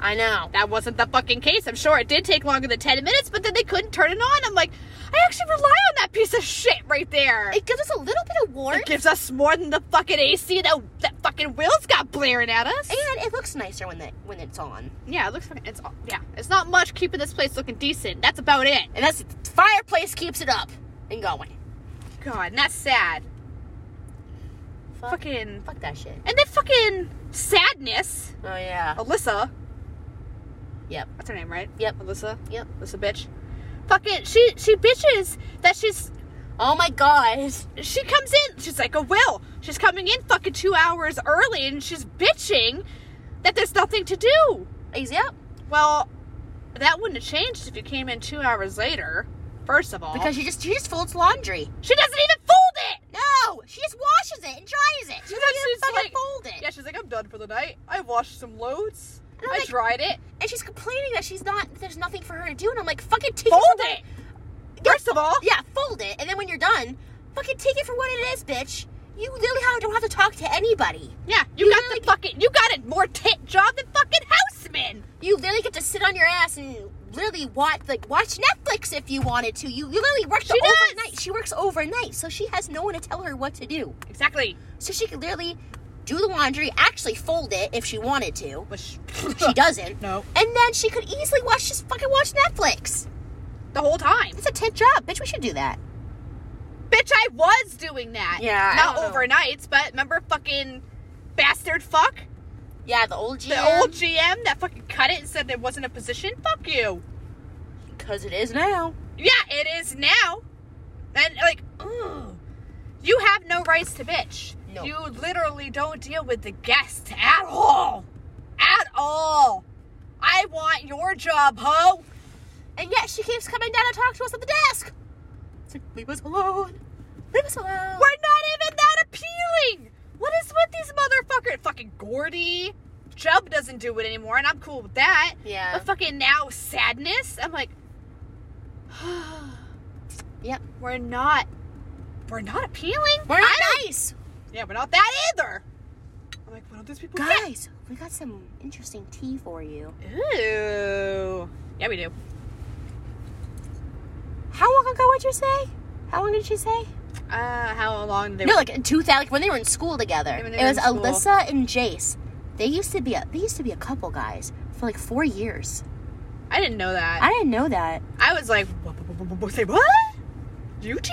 I know.
That wasn't the fucking case. I'm sure it did take longer than 10 minutes, but then they couldn't turn it on. I'm like, I actually rely on that piece of shit right there. It,
It gives us a little bit of warmth.
gives us more than the fucking AC that, that fucking Will's got blaring at us.
And it looks nicer when the, when it's on.
yeah, it looks fucking, it's, all- yeah, it's not much keeping this place looking decent. That's about it.
And that's the fireplace keeps it up and going.
God, and that's sad.
Fuck.
Fucking,
Fuck that shit.
and then fucking sadness.
Oh yeah.
Alyssa.
Yep.
That's her name, right?
Yep.
Alyssa.
Yep.
Alyssa bitch. Fucking she she bitches that she's
Oh my god.
she comes in, she's like a will. She's coming in fucking two hours early and she's bitching that there's nothing to do.
Easy up.
Well, that wouldn't have changed if you came in two hours later, first of all.
Because she just she just folds laundry.
she doesn't even fold it!
No, she just washes it and dries it. She
And
doesn't
then
even
she's
fucking
like-
fold it.
Yeah, she's like, I'm done for the night. I washed some loads.
And I'm
I
like-
dried it.
And she's complaining that she's not there's nothing for her to do. And I'm like, fucking take
Fold
it. for
it! First of all,
What, yeah, fold it. And then when you're done, fucking take it for what it is, bitch. You literally have- don't have to talk to anybody.
yeah, you, got the fucking you got a more tit job than fucking houseman.
You literally get to sit on your ass and literally watch like watch Netflix if you wanted to. You literally work the
She does.
overnight. She works overnight, so she has no one to tell her what to do.
Exactly.
So she could literally do the laundry, actually fold it if she wanted to.
Which
She doesn't.
No.
And then she could easily watch just fucking watch Netflix.
the whole time.
It's a tent job, bitch. We should do that.
Bitch, I was doing that.
Yeah, I
Not
don't know.
overnights, but remember fucking bastard fuck?
Yeah, the old GM.
The old GM that fucking cut it and said it wasn't a position? Fuck you.
because it is now.
Yeah, it is now. And like, ooh. You have no rights to bitch.
No.
You literally don't deal with the guests at all. At all. I want your job, ho.
And yet she keeps coming down and talking to us at the desk. It's like, leave us alone. Leave us alone.
We're not even that appealing. What is with these motherfuckers? Fucking Gordy. Jub doesn't do it anymore, and I'm cool with that.
Yeah.
But fucking now, sadness. I'm like,
Yep.
we're not. We're not appealing.
We're
I
not
don't-
nice.
Yeah, we're not that either. I'm like, what don't these people get?
Guys, we got some interesting tea for you.
Ooh. Yeah, we do.
How long ago would you say? How long did she say?
Uh, how long did they?
no, like in 2000, like when they were in school together.
Yeah, when they
It
were
was
in school.
Alyssa and Jace. They used to be a, they used to be a couple guys for like four years.
I didn't know that.
I didn't know that.
I, was like, what, what, what, what, what, say what? You two?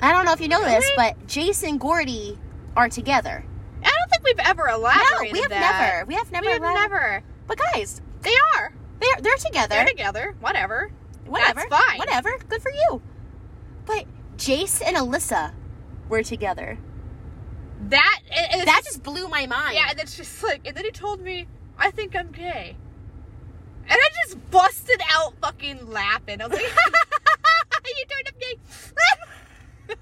I don't know if you know this,
Really?
but Jace and Gordy are together.
I don't think we've ever
No,
elaborated
we have
that.
never. We have never.
We have
let-
never.
But guys,
They are.
they're they're together.
They're together. Whatever.
whatever.
That's fine.
Whatever. Good for you. But Jace and Alyssa were together.
That and, and
That just blew my mind.
yeah. And then she's like, and then he told me, I think I'm gay. And I just busted out fucking laughing. I was like, you turned up gay.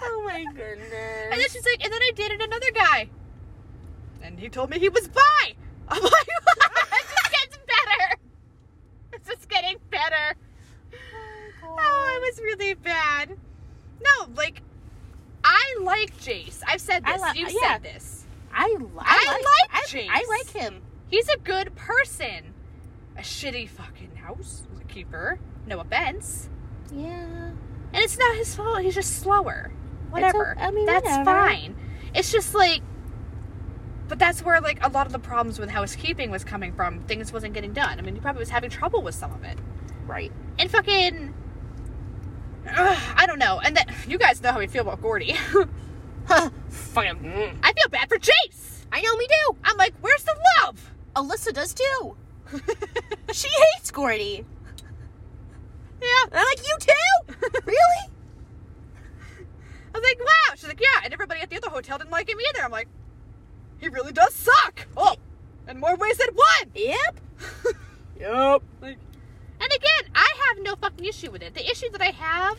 Oh my
and
goodness.
then she's like, and then I dated another guy. And he told me he was bi. I'm like, it just gets better. It's just getting better. Oh, it was really bad. No, like, I like Jace. I've said
I
this.
li-
You've
yeah.
said this.
I, li- I,
like
I,
Jace.
I like him.
He's a good person. A shitty fucking housekeeper. No offense.
Yeah.
And it's not his fault. He's just slower. Whatever.
o- I mean,
that's
whatever.
fine. It's just like, but that's where like a lot of the problems with housekeeping was coming from. Things wasn't getting done. I mean, he probably was having trouble with some of it.
Right.
And fucking, Ugh, I don't know. And then you guys know how we feel about Gordy.
Huh.
Fucking. mm.
I feel bad for Chase.
I know me too.
I'm like, where's the love?
Alyssa does too. she hates Gordy.
yeah.
And I'm like, you too? really?
I was like, wow. She's like, yeah. And everybody at the other hotel didn't like him either. I'm like, he really does suck. Oh, in more ways than one.
Yep.
Yup.
And again, I have no fucking issue with it. The issue that I have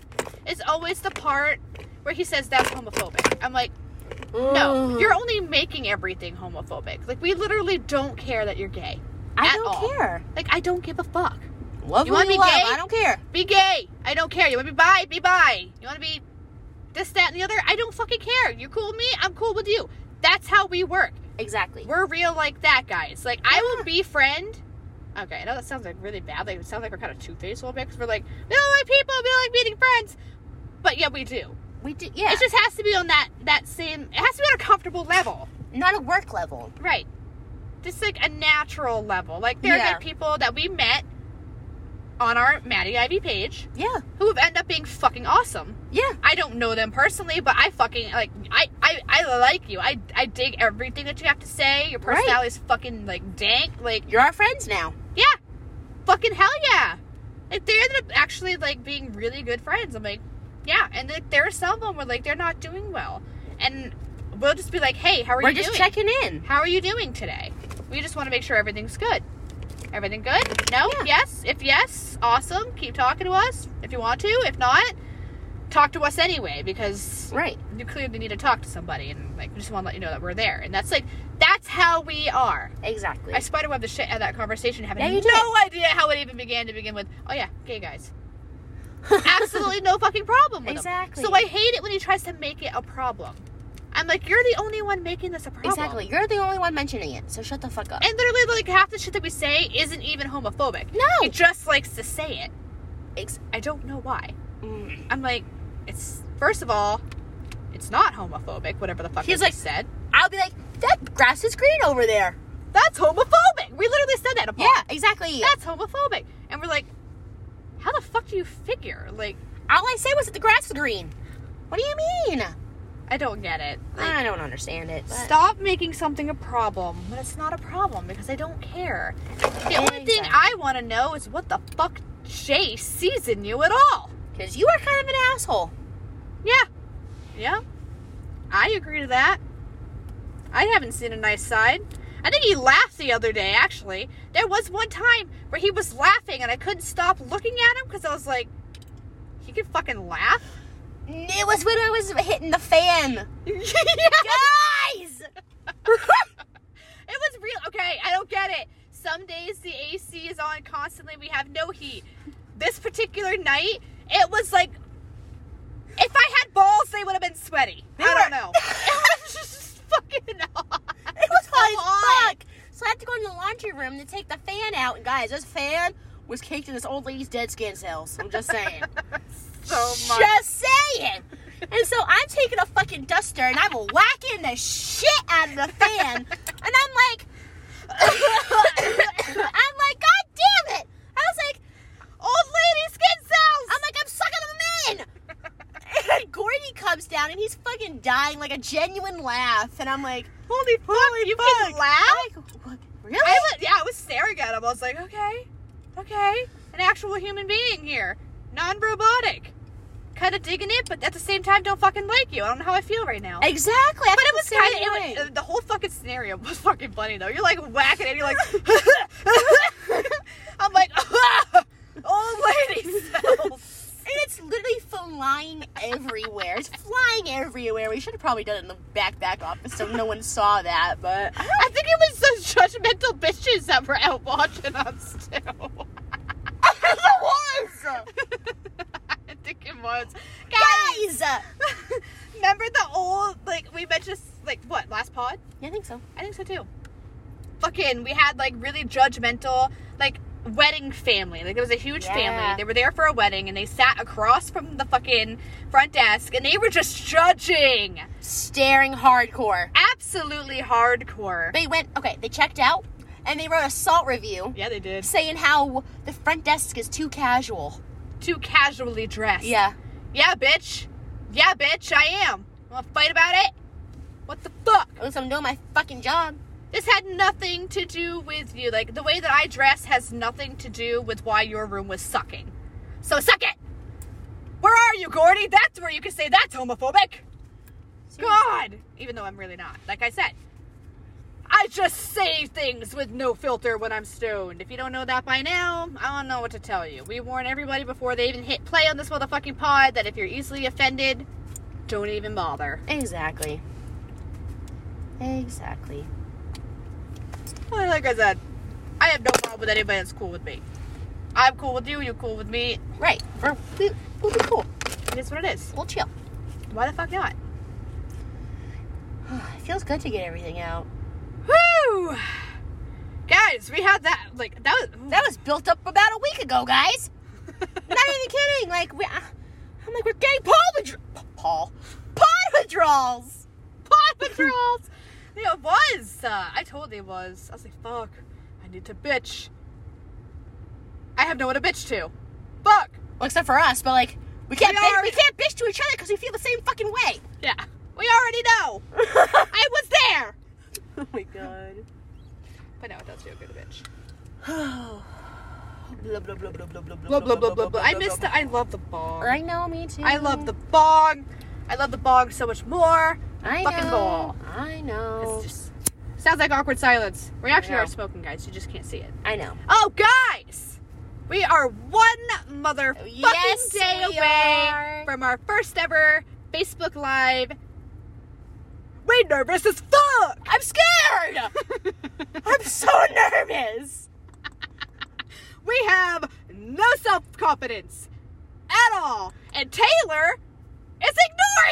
is always the part where he says that's homophobic. I'm like, no, you're only making everything homophobic. Like, we literally don't care that you're gay.
I
at
don't
all.
care.
Like, I don't give a fuck.
Love
You
who
wanna be
love.
gay?
I don't care.
Be gay. I don't care. You want to be bi? Be bi. You want to be this, that, and the other? I don't fucking care. You're cool with me. I'm cool with you. That's how we work.
Exactly.
We're real like that, guys. Like I will befriend. Okay, I know that sounds like really bad. Like it sounds like we're kind of two faced a little bit because we're like we don't like people, we don't like meeting friends, but yeah, we do.
We do, yeah.
It just has to be on that that same. It has to be on a comfortable level,
not a work level.
right? Just like a natural level. Like there
Yeah.
are good people that we met on our Maddie Ivy page
Yeah.
who have ended up being fucking awesome.
Yeah.
I don't know them personally, but I fucking like I I, I like you. I I dig everything that you have to say. Your
Right.
personality is fucking like dank. Like
You're our friends now.
yeah, fucking hell yeah. Like they ended up actually like being really good friends. I'm like yeah, and like there are some of them where like they're not doing well, and we'll just be like hey, how are
We're
you
just
doing?
checking in.
How are you doing today? We just want to make sure everything's good. Everything good? No?
Yeah.
Yes? If yes, awesome. Keep talking to us if you want to. If not, talk to us anyway because
Right.
you clearly need to talk to somebody and like we just want to let you know that we're there. And that's like that's how we are.
Exactly.
I spiderweb the shit out of that conversation, having
Yeah, you did.
no idea how it even began to begin with. Oh yeah, gay guys. Absolutely no fucking problem with 'em.
Exactly.
So I hate it when he tries to make it a problem. I'm like, you're the only one making this a problem.
Exactly. You're the only one mentioning it, so shut the fuck up.
And literally, like half the shit that we say isn't even homophobic.
No.
he just likes to say it.
Ex-
I don't know why.
mm.
I'm like, it's first of all, it's not homophobic. Whatever the fuck
He's
I
like-
just said.
I'll be like, that grass is green over there. Oh.
That's homophobic. We literally said that. Upon.
Yeah, exactly.
that's homophobic. And we're like, how the fuck do you figure? Like,
All I say was that the grass is green. What do you mean?
I don't get it. Like,
I don't understand it. but-
Stop making something a problem when it's not a problem because I don't care. The only thing
Exactly.
I want to know is what the fuck Jay sees in you at all.
Because you are kind of an asshole.
Yeah. Yeah. I agree to that. I haven't seen a nice side. I think he laughed the other day, actually. There was one time where he was laughing and I couldn't stop looking at him because I was like, he can fucking laugh?
It was when I was hitting the fan. Guys!
It was real. Okay, I don't get it. Some days the AC is on constantly. We have no heat. This particular night, it was like if I had balls, they would have been sweaty. I
were-
don't know. it was just fucking hot.
It was hot
Come
as
on.
fuck. So I had to go in the laundry room to take the fan out. And guys, this fan was caked in this old lady's dead skin cells. I'm just saying.
So much.
Just saying. And so I'm taking a fucking duster and I'm whacking the shit out of the fan. And I'm like, I'm like, God damn it! I was like, old lady skin cells. I'm like, I'm sucking them in. And Gordy comes down and he's fucking dying like a genuine laugh. And I'm like,
Holy fuck! you can laugh.
I'm like what? really?
I was, yeah, I was staring at him. I was like, okay, okay, an actual human being here, non-robotic, kind of digging it, but at the same time, don't fucking like you. I don't know how I feel right now.
exactly. I
But it
felt
was
the same
kind
way.
of the whole fucking scenario was fucking funny though. You're like whacking it, you're like, I'm like, old lady cells.
And it's literally flying everywhere. It's flying everywhere. We should have probably done it in the back back office so no one saw that, but
I think it was those judgmental bitches that were out watching us too. I think it was.
guys.
Guys,
Yeah,
remember the old like we mentioned like what last pod?
I think so.
I think so too. Fucking, we had like really judgmental, like wedding family. Like it was a huge
Yeah.
family. They were there for a wedding and they sat across from the fucking front desk and they were just judging.
Staring hardcore.
Absolutely hardcore.
They went, okay, they checked out and they wrote a salt review
Yeah, they did.
saying how the front desk is too casual.
Too casually dressed.
Yeah.
Yeah, bitch. Yeah, bitch, I am. Wanna fight about it? What the fuck?
At least I'm doing my fucking job.
This had nothing to do with you. Like the way that I dress has nothing to do with why your room was sucking. So suck it. Where are you, Gordy? That's where you can say that's homophobic. God, even though I'm really not. Like I said, I just say things with no filter when I'm stoned. If you don't know that by now, I don't know what to tell you. We warn everybody before they even hit play on this motherfucking pod that if you're easily offended, don't even bother.
Exactly. Exactly.
Well, like I said, I have no problem with anybody that's cool with me. I'm cool with you, you're cool with me.
Right. We're, we, we'll be cool.
It is what it is.
We'll chill.
Why the fuck not?
It feels good to get everything out.
Woo! Guys, we had that, like, that was.
That was built up about a week ago, guys. Not even kidding. Like we, I- I'm like we're getting Paul withdrawals. Paul, pod withdrawals.
Paw Patrols! yeah, it was! Uh, I totally was. I was like, fuck, I need to bitch. I have no one to bitch to. Fuck!
Well, except for us, but like we can't
We
bitch,
are-
we can't bitch to each other because we feel the same fucking way.
Yeah. We already know! I was there!
oh my god.
But no, it does feel good to bitch.
blah, blah, blah, blah, blah, blah,
Blah, blah, blah, blah, blah. I missed the, I love the bong.
I know, me too.
I love the bong. I love the bong so much more.
I
fucking
know,
ball.
I know.
It's just sounds like awkward silence. We actually
know.
are smoking, guys. You just can't see it.
I know.
Oh, guys, we are one motherfucking
Yes,
day
we
away
are.
from our first ever Facebook Live. We nervous as fuck.
I'm scared. I'm so nervous.
we have no self confidence at all, and Taylor is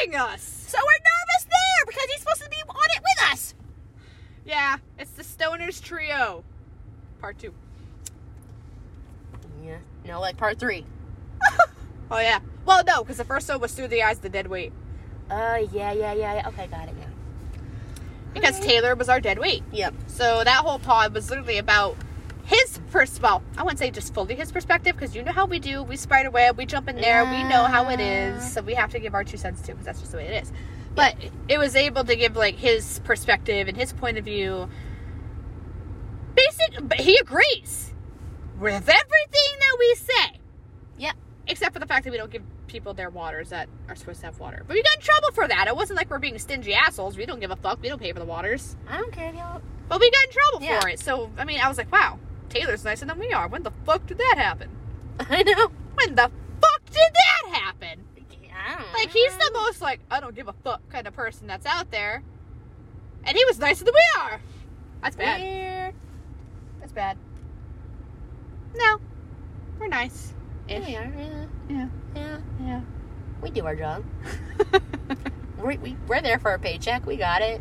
ignoring us.
So we're nervous there because he's supposed to be on it with us.
Yeah, it's the Stoners Trio, part two.
Yeah. No, like part three.
Oh yeah. Well, no, because the first one was through the eyes of the dead weight.
Uh, yeah, yeah, yeah, yeah. Okay, got it now.
Because
Mm-hmm.
Taylor was our dead weight.
Yep.
So that whole pod was literally about his first. Well, I wouldn't say just fully his perspective, because you know how we do. We spider web. We jump in there. We know how it is. So we have to give our two cents too, because that's just the way it is. But it was able to give like his perspective and his point of view. Basic, but he agrees with everything that we say.
Yep.
except for the fact that we don't give people their waters that are supposed to have water. But we got in trouble for that. It wasn't like we're being stingy assholes. We don't give a fuck. We don't pay for the waters.
I don't care if y'all.
But we got in trouble
Yeah.
for it. So I mean, I was like, wow, Taylor's nicer than we are. When the fuck did that happen?
I know.
When the fuck did that happen? Like
Like
he's the most like I don't give a fuck kind of person that's out there, and he was nicer than we are. That's bad.
weird.
That's bad. No, we're nice.
Yeah,
Ish.
we are, yeah,
Yeah.
yeah.
Yeah.
We do our job. We're, we, we're there for our paycheck. We got it.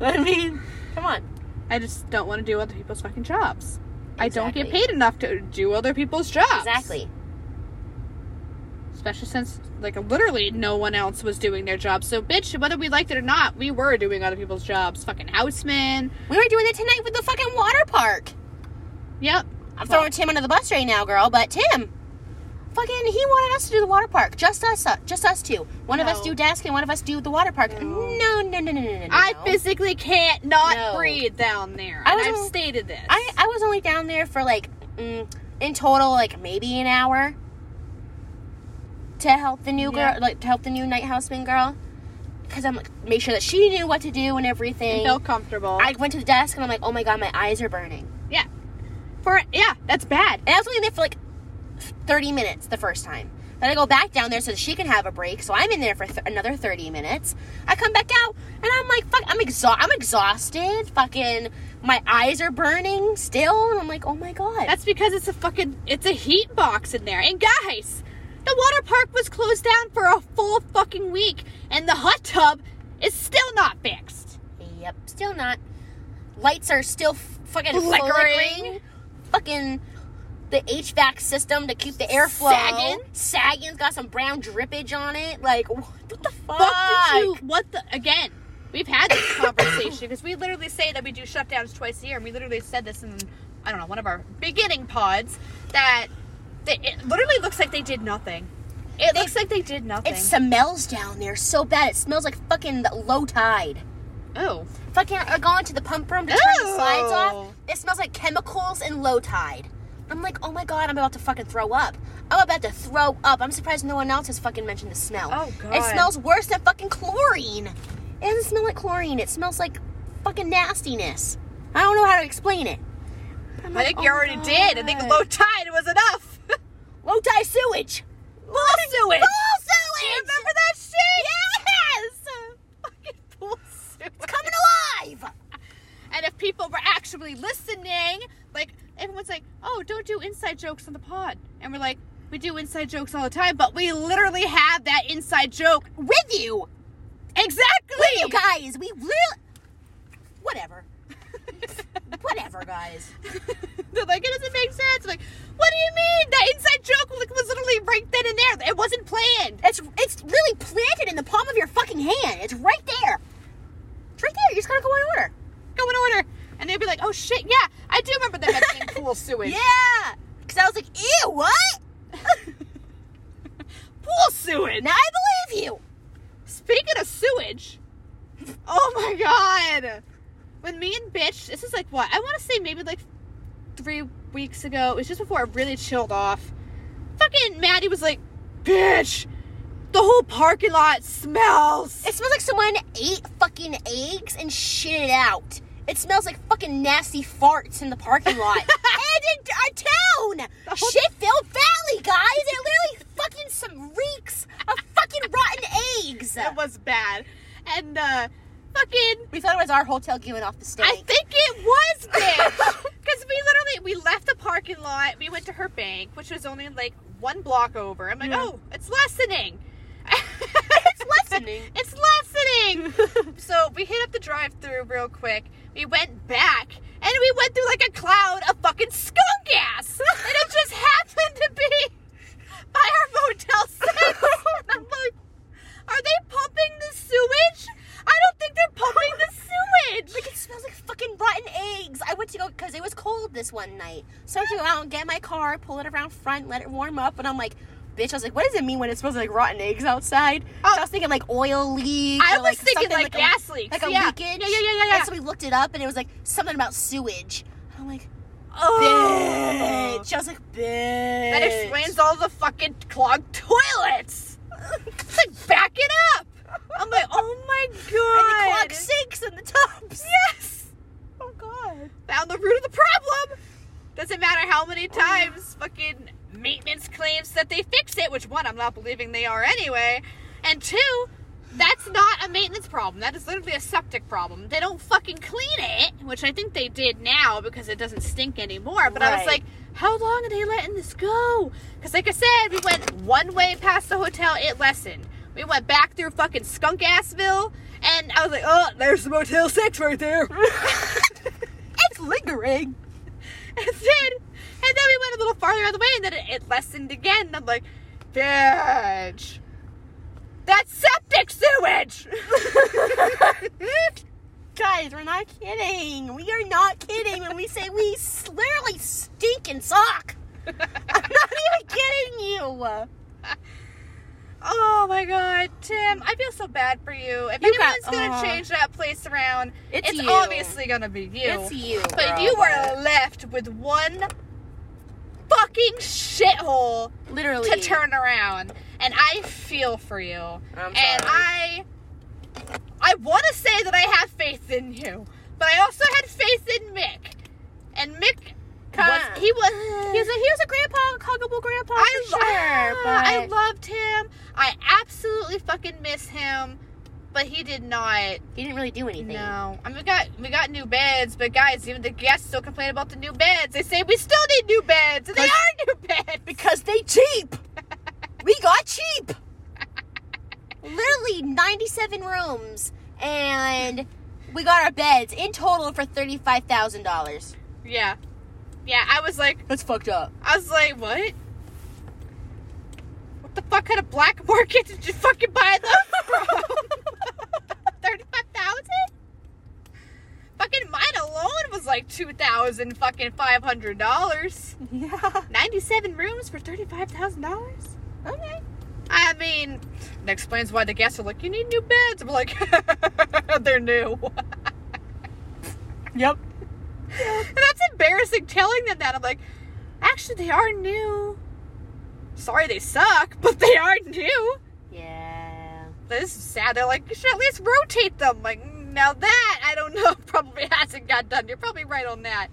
I mean, come on.
I just don't want to do other people's fucking jobs. I don't get
Exactly.
paid enough to do other people's jobs.
Exactly.
Especially since, like, literally no one else was doing their job. So, bitch, whether we liked it or not, we were doing other people's jobs. Fucking houseman.
We were doing it tonight with the fucking water park.
Yep.
I'm throwing Tim under the bus right now, girl. But Tim, fucking, he wanted us to do the water park. Just us, uh, just us two. One of us
No.
do desk and one of us do the water park. No, no, no, no, no, no. no,
I
no.
physically can't not
No.
breathe down there.
I
I
was
have
on-
stated this.
I, I was only down there for like mm, in total like maybe an hour to help the new
Yeah.
girl like to help the new night houseman girl because I'm like make sure that she knew what to do and everything.
feel comfortable.
I went to the desk and I'm like, oh my god, my eyes are burning.
yeah. For yeah, that's bad.
And I was only there for like 30 minutes the first time. Then I go back down there so that she can have a break. So I'm in there for th- another 30 minutes. I come back out and I'm like, fuck, I'm, exha- I'm exhausted. Fucking, my eyes are burning still. And I'm like, oh my god.
That's because it's a fucking it's a heat box in there. And guys, the water park was closed down for a full fucking week and the hot tub is still not fixed.
Yep, still not. Lights are still f- fucking
Flickering.
flickering. fucking the HVAC system to keep the airflow
Sagging?
Sagging's got some brown drippage on it. Like what the fuck?
Fuck did you? What the? Again, we've had this conversation because we literally say that we do shutdowns twice a year, and we literally said this in I don't know one of our beginning pods that they, it literally looks like they did nothing. It looks like they did nothing.
It smells down there so bad. It smells like fucking the low tide.
oh,
Fucking I go into the pump room to turn the slides off.
Ew.
It smells like chemicals and low tide. I'm like, oh my god, I'm about to fucking throw up. I'm about to throw up. I'm surprised no one else has fucking mentioned the smell.
Oh,
It
God.
smells worse than fucking chlorine. It doesn't smell like chlorine. It smells like fucking nastiness. I don't know how to explain it. I'm
I
like,
think
oh
you
my
already did. I think
God.
low tide was enough.
low tide sewage.
Low sewage.
Pool sewage.
Remember that shit? Yes. Fucking pool sewage.
Coming alive.
And if people were actually listening, like everyone's like, "Oh, don't do inside jokes on the pod," and we're like, "We do inside jokes all the time, but we literally have that inside joke
With you.
exactly."
With you guys. We really. Whatever. Whatever, guys.
They're like, "It doesn't make sense." like, what do you mean? That inside joke like, was literally right then and there. It wasn't planned.
It's it's really planted in the palm of your fucking hand. It's right there. It's right there. You just gotta go in order.
Go in order, and they'd be like, "Oh shit, yeah, I do remember them mentioning pool sewage."
Yeah. Cause I was like, ew, what?
Pool sewage.
Now I believe you.
Speaking of sewage, oh my god! When me and bitch, this is like what I want to say maybe like three weeks ago. It was just before I really chilled off. Fucking Maddie was like, "Bitch, the whole parking lot smells."
It smells like someone ate fucking eggs and shit it out. It smells like fucking nasty farts in the parking lot. and in our town!
The whole-
Shitfield Valley, guys! It literally fucking some reeks of fucking rotten eggs.
It was bad, and uh, fucking
We thought it was our hotel giving off the stink.
I think it was bitch. Because we literally we left the parking lot. We went to her bank, which was only like one block over. I'm like, oh, it's lessening. it's
lessening.
It's lessening. so we hit up the drive-through real quick. We went back and we went through like a cloud of fucking skunk ass, and it just happened to be by our motel six. And I'm like, are they pumping the sewage? I don't think they're pumping the sewage.
Like it smells like fucking rotten eggs. I went to go because it was cold this one night, so I went to go out and get my car, pull it around front, let it warm up, and I'm like, bitch. I was like, what does it mean when it smells like rotten eggs outside?
Oh.
So I was thinking like oil leak.
I
or,
was thinking,
something
like, gas leaks.
like a
Yeah.
leakage.
Yeah, yeah, yeah, yeah, yeah.
And so we looked it up, and it was like something about sewage. And I'm like,
Oh.
bitch. I was like, bitch.
That explains all the fucking clogged toilets. It's like back it up. I'm like, oh my
And the
god.
clogged sinks and the tubs.
yes. Oh god. Found the root of the problem. Doesn't matter how many times fucking maintenance claims that they fix it, which one I'm not believing they are anyway, and two, that's not a maintenance problem. That is literally a septic problem. They don't fucking clean it, which I think they did now because it doesn't stink anymore. But I was
Right.
like, how long are they letting this go? Because, like I said, we went one way past the hotel, it lessened. We went back through fucking Skunk Assville, and I was like, oh, there's the Motel 6 right there.
It's lingering.
It did. And then we went a little farther on the way, and then it, it lessened again. And I'm like, bitch, that's septic sewage.
Guys, we're not kidding. We are not kidding when we say we s- literally stink and suck. I'm not even kidding you.
oh my god, Tim, I feel so bad for you. If
You got-
anyone's gonna
aw.
change that place around,
It's
it's,
you.
obviously gonna be you.
It's you.
But
girl,
you
but-
were left with one fucking shithole
literally
to turn around, and I feel for you.
I'm
and
sorry.
I I want to say that I have faith in you, but I also had faith in Mick. And Mick
Wow.
was he was
He was a he was a grandpa, huggable grandpa
I
for
lo- ah,
sure. But
I loved him. I absolutely fucking miss him, but he did not.
he didn't really do anything.
No, I mean we got we got new beds, but guys, even the guests still complain about the new beds. They say we still need new beds, and they
Cause-
are new beds.
Because they cheap. we got cheap. Literally 97 rooms and we got our beds in total for $35,000.
Yeah. Yeah, I was like,
That's fucked up.
I was like, what? What the fuck kind of black market did you fucking buy those from? Thirty-five thousand? Fucking mine alone was like two thousand fucking five hundred dollars.
Yeah.
Ninety-seven rooms for thirty-five thousand dollars.
Okay.
I mean, that explains why the guests are like, you need new beds. I'm like, they're new.
Yep.
And that's embarrassing telling them that. I'm like, actually, they are new. Sorry they suck, but they are new.
Yeah.
This is sad. They're like, you should at least rotate them. Like, "Mm, now that, I don't know, probably hasn't got done. You're probably right on that.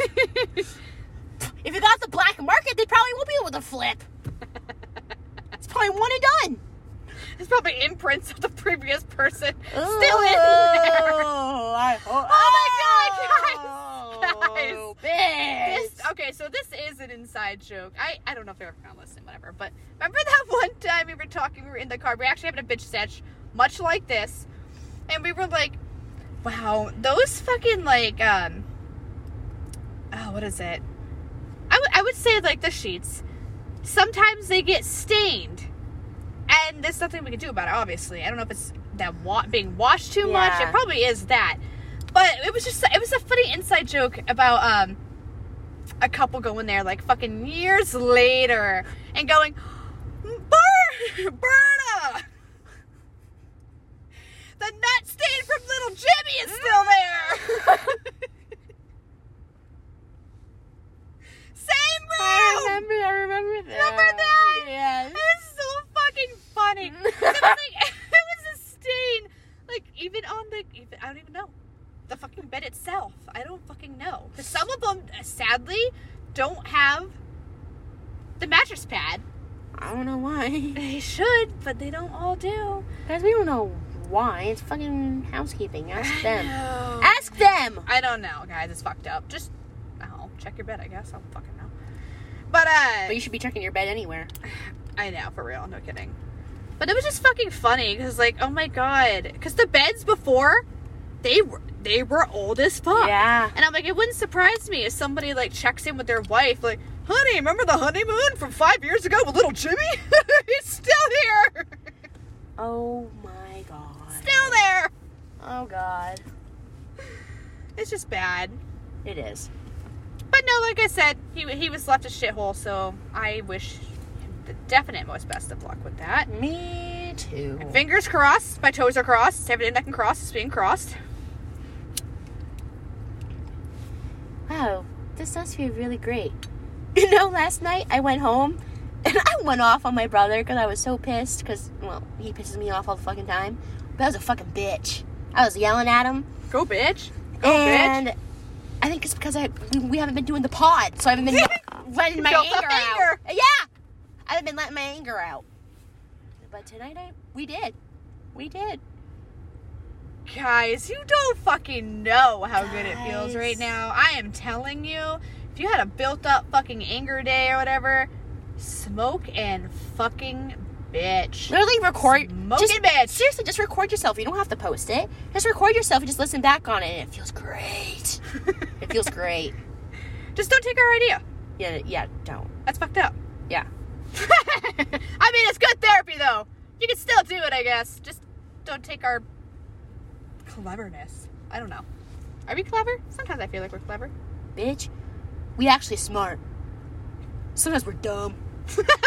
If you got the black market, they probably won't be able to flip. It's probably one and done.
It's probably imprints of the previous person still in there.
Oh, I hope.
Oh my God, guys, guys.
Bitch.
This, okay, so this is an inside joke. I, I don't know if they're ever gonna listen, whatever. But remember that one time we were talking, we were in the car, we were actually having a bitch sesh, much like this, and we were like, "Wow, those fucking like um, oh, what is it? I would I would say like the sheets. Sometimes they get stained, and there's nothing we can do about it. Obviously, I don't know if it's that wa- being washed too much.
Yeah.
It probably is that." But it was just it was a funny inside joke about um a couple going there like fucking years later and going, Ber- Berta! The nut stain from little Jimmy is still there! Same room!
I remember. I remember that.
Remember that?
Yes.
It was so fucking funny. it, was like, it was a stain. Like even on the, even, I don't even know, the fucking bed itself. I don't fucking know. Because some of them, sadly, don't have the mattress pad.
I don't know why.
They should, but they don't all do.
Guys, we don't know why. It's fucking housekeeping. Ask them.
I, know.
Ask them.
I don't know, guys. It's fucked up. Just, I'll check your bed. I guess I don't fucking know. But uh,
But you should be checking your bed anywhere.
I know, for real. No kidding. But it was just fucking funny because, like, oh my god, because the beds before, they were they were old as fuck.
Yeah.
And I'm like, it wouldn't surprise me if somebody like checks in with their wife, like, honey, remember the honeymoon from five years ago with little Jimmy? He's still here,
Oh my god.
still there.
Oh god.
It's just bad.
It is.
But no, like I said, he he was left a shithole. So I wish him the definite most best of luck with that.
Me too.
Fingers crossed. My toes are crossed. Everything I can cross is being crossed.
Wow, this does feel really great. You know, last night I went home and I went off on my brother because I was so pissed because, well, he pisses me off all the fucking time. But I was a fucking bitch. I was yelling at him.
Go, bitch.
and I think it's because I we haven't been doing the pod, so I haven't been letting my
Built up
anger out.
anger.
Yeah, I haven't been letting my anger out. But tonight I we did, we did.
Guys, you don't fucking know how good it feels
Guys.
right now. I am telling you, if you had a built up fucking anger day or whatever, smoke and fucking bitch.
Literally record.
Smoking
just,
bitch.
Seriously, just record yourself. You don't have to post it. Just record yourself and just listen back on it, and it feels great. It feels great.
Just don't take our idea.
Yeah, yeah. Don't.
That's fucked up.
Yeah.
I mean, it's good therapy though. You can still do it, I guess. Just don't take our cleverness. I don't know. Are we clever? Sometimes I feel like we're clever.
bitch. We actually smart. Sometimes we're dumb,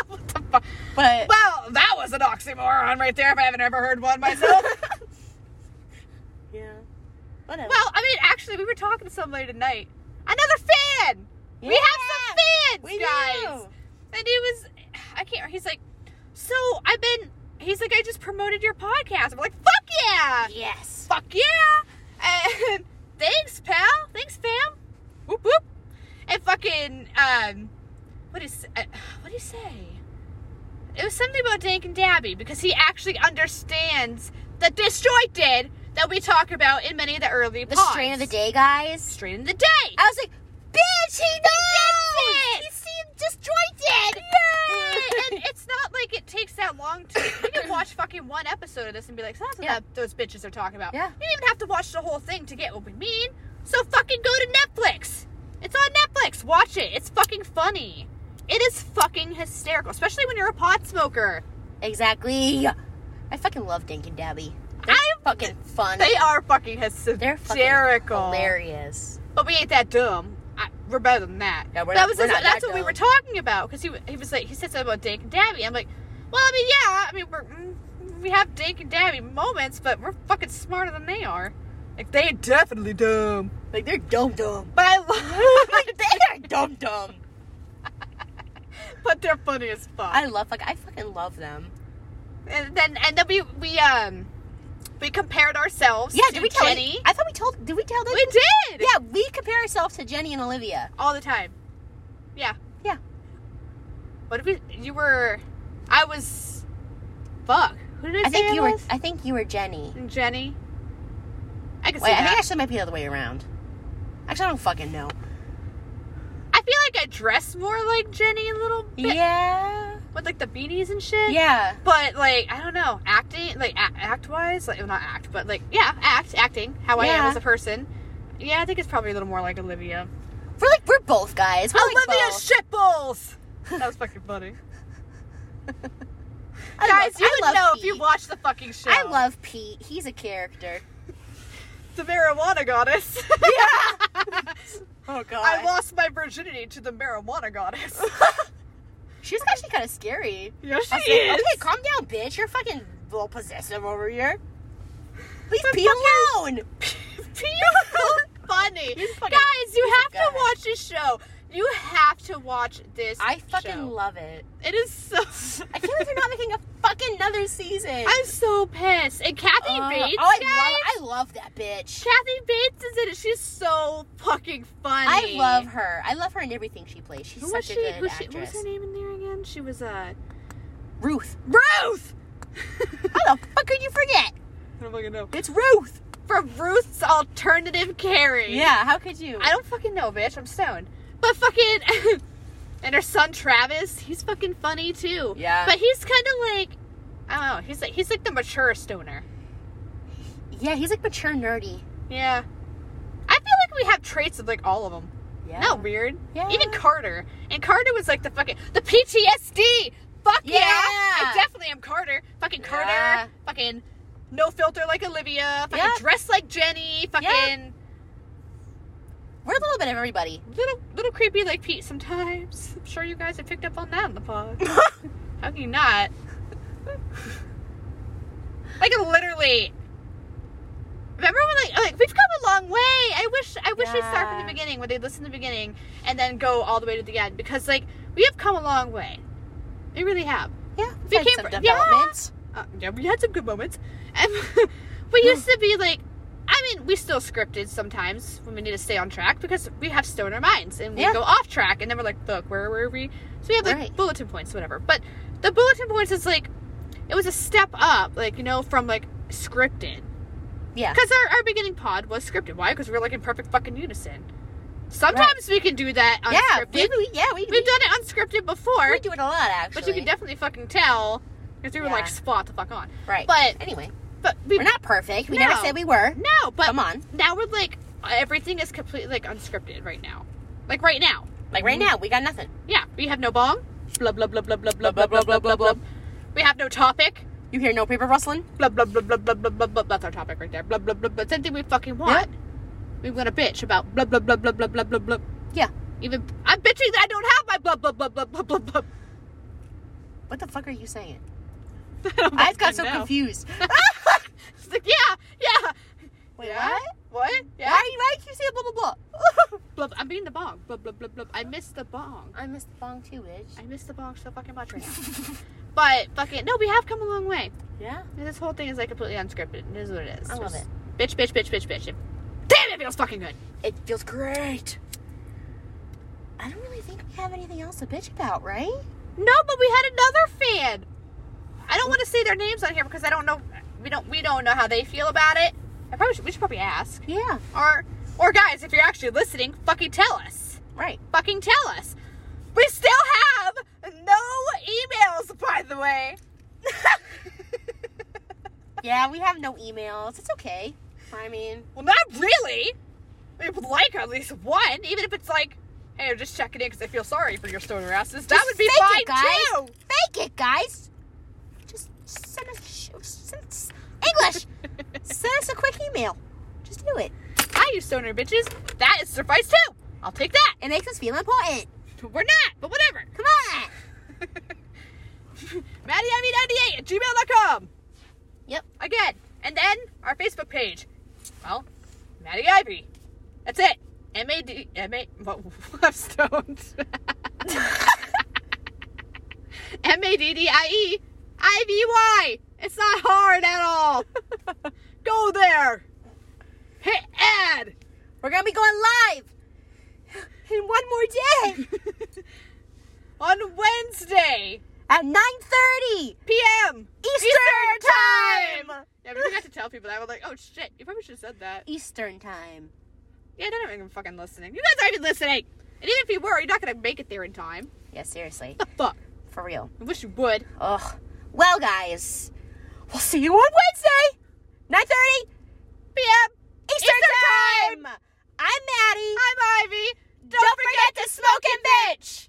what the fuck?
but
Well, that was an oxymoron right there if I haven't ever heard one myself.
yeah, whatever.
Well, I mean, actually, we were talking to somebody tonight. Another fan. We have some fans,
we
guys.
do.
And he was, I can't. He's like, so I've been. He's like, I just promoted your podcast. I'm like, fuck yeah,
Yes.
fuck yeah. And thanks, pal. Thanks, fam. Whoop whoop. And fucking um, what is uh, what do you say? It was something about Dank and Dabby because he actually understands the disjointed that we talk about in many of the early
The
pods
strain of the day, guys.
straight in the day.
I was like, bitch, he
Oh,
knows. He seemed disjointed.
and it's not like it takes that long to. You can watch fucking one episode of this and be like, so that's what
Yeah.
that, those bitches are talking about.
Yeah.
You don't even have to watch the whole thing to get what we mean. So fucking go to Netflix It's on Netflix. Watch it. It's fucking funny. It is fucking hysterical, especially when you're a pot smoker.
Exactly. I fucking love Dink and Debbie. They're
I-
fucking fun.
They are fucking
They're fucking
hysterical.
hilarious.
But we ain't that dumb. I, we're better than that.
Yeah, we're
that
not-
was
we're
his-
not
that's
that
what we
dumb.
were talking about because he wa- he was like he said something about Dink and Dabby. I'm like, well, I mean, yeah, I mean, we're mm, we have Dink and Dabby moments, but we're fucking smarter than they are. Like they ain't definitely dumb.
Like they're dumb dumb.
But I love
Like they are dumb dumb.
but they're funny as fuck.
I love like I fucking love them.
and then and then we we um we compared ourselves.
Yeah,
to
did we tell
Jenny?
I thought we told did we tell them?
we did.
Yeah, we compare ourselves to Jenny and Olivia.
all the time. Yeah.
Yeah.
What did we? You were. I was. Fuck. Who did I,
I
say
think
I
you were
was?
I think you were Jenny.
And Jenny. I can see
Wait, I think
that.
actually it might be the other way around. Actually I don't fucking know.
I, feel like I dress more like Jenny a little bit
Yeah.
with like the beanies and shit.
Yeah.
But like I don't know, acting like a- act wise, like well, not act, but like yeah, act acting how I am
Yeah.
as a person. Yeah, I think it's probably a little more like Olivia.
We're like we're both guys. We're like both.
shitballs. That was fucking funny.
I
Guys,
love-
you
I
would
love
know if
Pete.
you watched the fucking show.
I love Pete. He's a character.
the marijuana goddess.
Oh god.
I lost my virginity to the marijuana goddess.
She's actually kind of scary.
yeah, she
I was like, okay, calm down, bitch. You're fucking a little possessive over here. Leave Pete alone.
funny.
He's fucking-
Guys, you
he's a
have to
guy.
watch this show. You have to watch this.
I fucking
show.
love it.
It is so.
I can't believe they're not making a fucking another season.
I'm so pissed. And Kathy
Uh,
Bates.
oh, I
guys,
love, I love that bitch.
Kathy Bates is in it. She's so fucking
I
funny.
love her. I love her in everything she plays. She's
Who was
such
she?
a good
Who was she? What was
actress.
her name in there again? She was uh
Ruth.
Ruth.
How the fuck could you forget?
I don't fucking know.
It's Ruth.
From Ruth's alternative Carrie.
Yeah, how could you?
I don't fucking know, bitch. I'm stoned. But fucking. and her son Travis, he's fucking funny too.
Yeah.
But he's kind of like, I don't know. He's like he's like the mature stoner.
yeah, he's like mature nerdy.
Yeah. I feel like we have traits of like all of them.
Yeah.
Not weird.
Yeah.
Even Carter. And Carter was like the fucking the PTSD. Fuck yeah.
Yeah.
I definitely am Carter. Fucking Carter.
Yeah.
Fucking no filter like Olivia. Fucking
Yeah.
dressed like Jenny. Fucking
We're a little bit of everybody.
little little creepy like Pete sometimes. I'm sure you guys have picked up on that in the pod. How can you not? like literally. Remember when like like we've come a long way. I wish I wish they start from
Yeah.
the beginning where they listen to the beginning and then go all the way to the end because like we have come a long way. We really have.
yeah,
We
we've had
came
some
fr- yeah.
developments.
Uh, yeah, we had some good moments. And we used to be like, I mean, we still scripted sometimes when we need to stay on track because we have stoner minds and we
Yeah.
go off track and then we're like, fuck, where were we? So we have like
Right.
bulletin points, whatever. But the bulletin points is like, it was a step up, like, you know, from like scripted.
Yeah.
Because our, our beginning pod was scripted. Why? Because we were like in perfect fucking unison. Sometimes we can do that
Yeah,
unscripted.
we, we, yeah, we,
We've done it unscripted before,
we do it a lot actually.
but you can definitely fucking tell because we were
Yeah.
like spot the fuck on.
right.
but-
anyway,
But we,
we're not perfect. We never
No.
said we were.
No, but
Come on,
now we're like everything is completely like unscripted right now. Like right now.
like right now, we got nothing.
Yeah, we have no bong. Blah blah blah blah blah blah blah blah blah blah. blah. We have no topic.
You hear no paper rustling?
Blah blah blah blah blah blah blah blah. That's our topic right there. Blah blah blah blah. It's anything we fucking want. We want to bitch about blah blah blah blah blah blah blah blah.
Yeah.
Even I'm bitching that I don't have my blah blah blah blah blah blah blah.
What the fuck are you saying?
I don't
I just got
fucking
so
know.
confused.
It's like, yeah, yeah.
Wait,
yeah.
what?
What? Yeah.
Why, why did you say blah blah blah?
Blah, I'm being the bong. Blah blah blah blah. I missed the bong.
I missed the bong too, bitch.
I miss the bong so fucking much right now. but fucking no, we have come a long way.
Yeah.
This whole thing is like completely unscripted. It is what it is.
I love
Just Bitch, bitch, bitch, bitch, bitch. Damn, it feels fucking good.
It feels great. I don't really think we have anything else to bitch about, right?
No, but we had another fan. I don't want to say their names on here because I don't know. We don't. We don't know how they feel about it. I probably should, we should probably ask.
Yeah.
Or, or guys, if you're actually listening, fucking tell us.
Right.
Fucking tell us. We still have no emails, by the way.
Yeah, we have no emails. It's okay. I mean,
well, not really. I would like at least one, even if it's like, hey, I'm just checking in because I feel sorry for your stoner asses. That
Just
would be
fake
fine
it, guys.
too.
Fake it, guys. Just send us sh- send us- English. send us a quick email. Just do it.
Hi, you stoner bitches. That is suffice too. I'll take that.
It makes us feel important.
We're not, but whatever.
Come on.
MaddieME98 at gmail.com.
Yep.
Again. And then our Facebook page. Well, Maddie Ivy. That's it. M A D M A. What? I'm stoned. M A D D I E I V Y. It's not hard at all. Go there. Hit add.
We're gonna be going live in one more day
On Wednesday,
at 9:30
p.m.
Eastern,
Eastern
time.
Yeah, we forgot to tell people that. We're like, oh shit, you probably should have said that.
Eastern time.
Yeah, they're not even fucking listening. You guys aren't even listening. And even if you were, you're not gonna make it there in time.
Yeah, seriously,
The fuck.
for real.
I wish you would.
Ugh. Well, guys, we'll see you on Wednesday, 9:30 p.m. Eastern,
Eastern
time. I'm Maddie.
I'm Ivy.
Don't forget to smoke and bitch.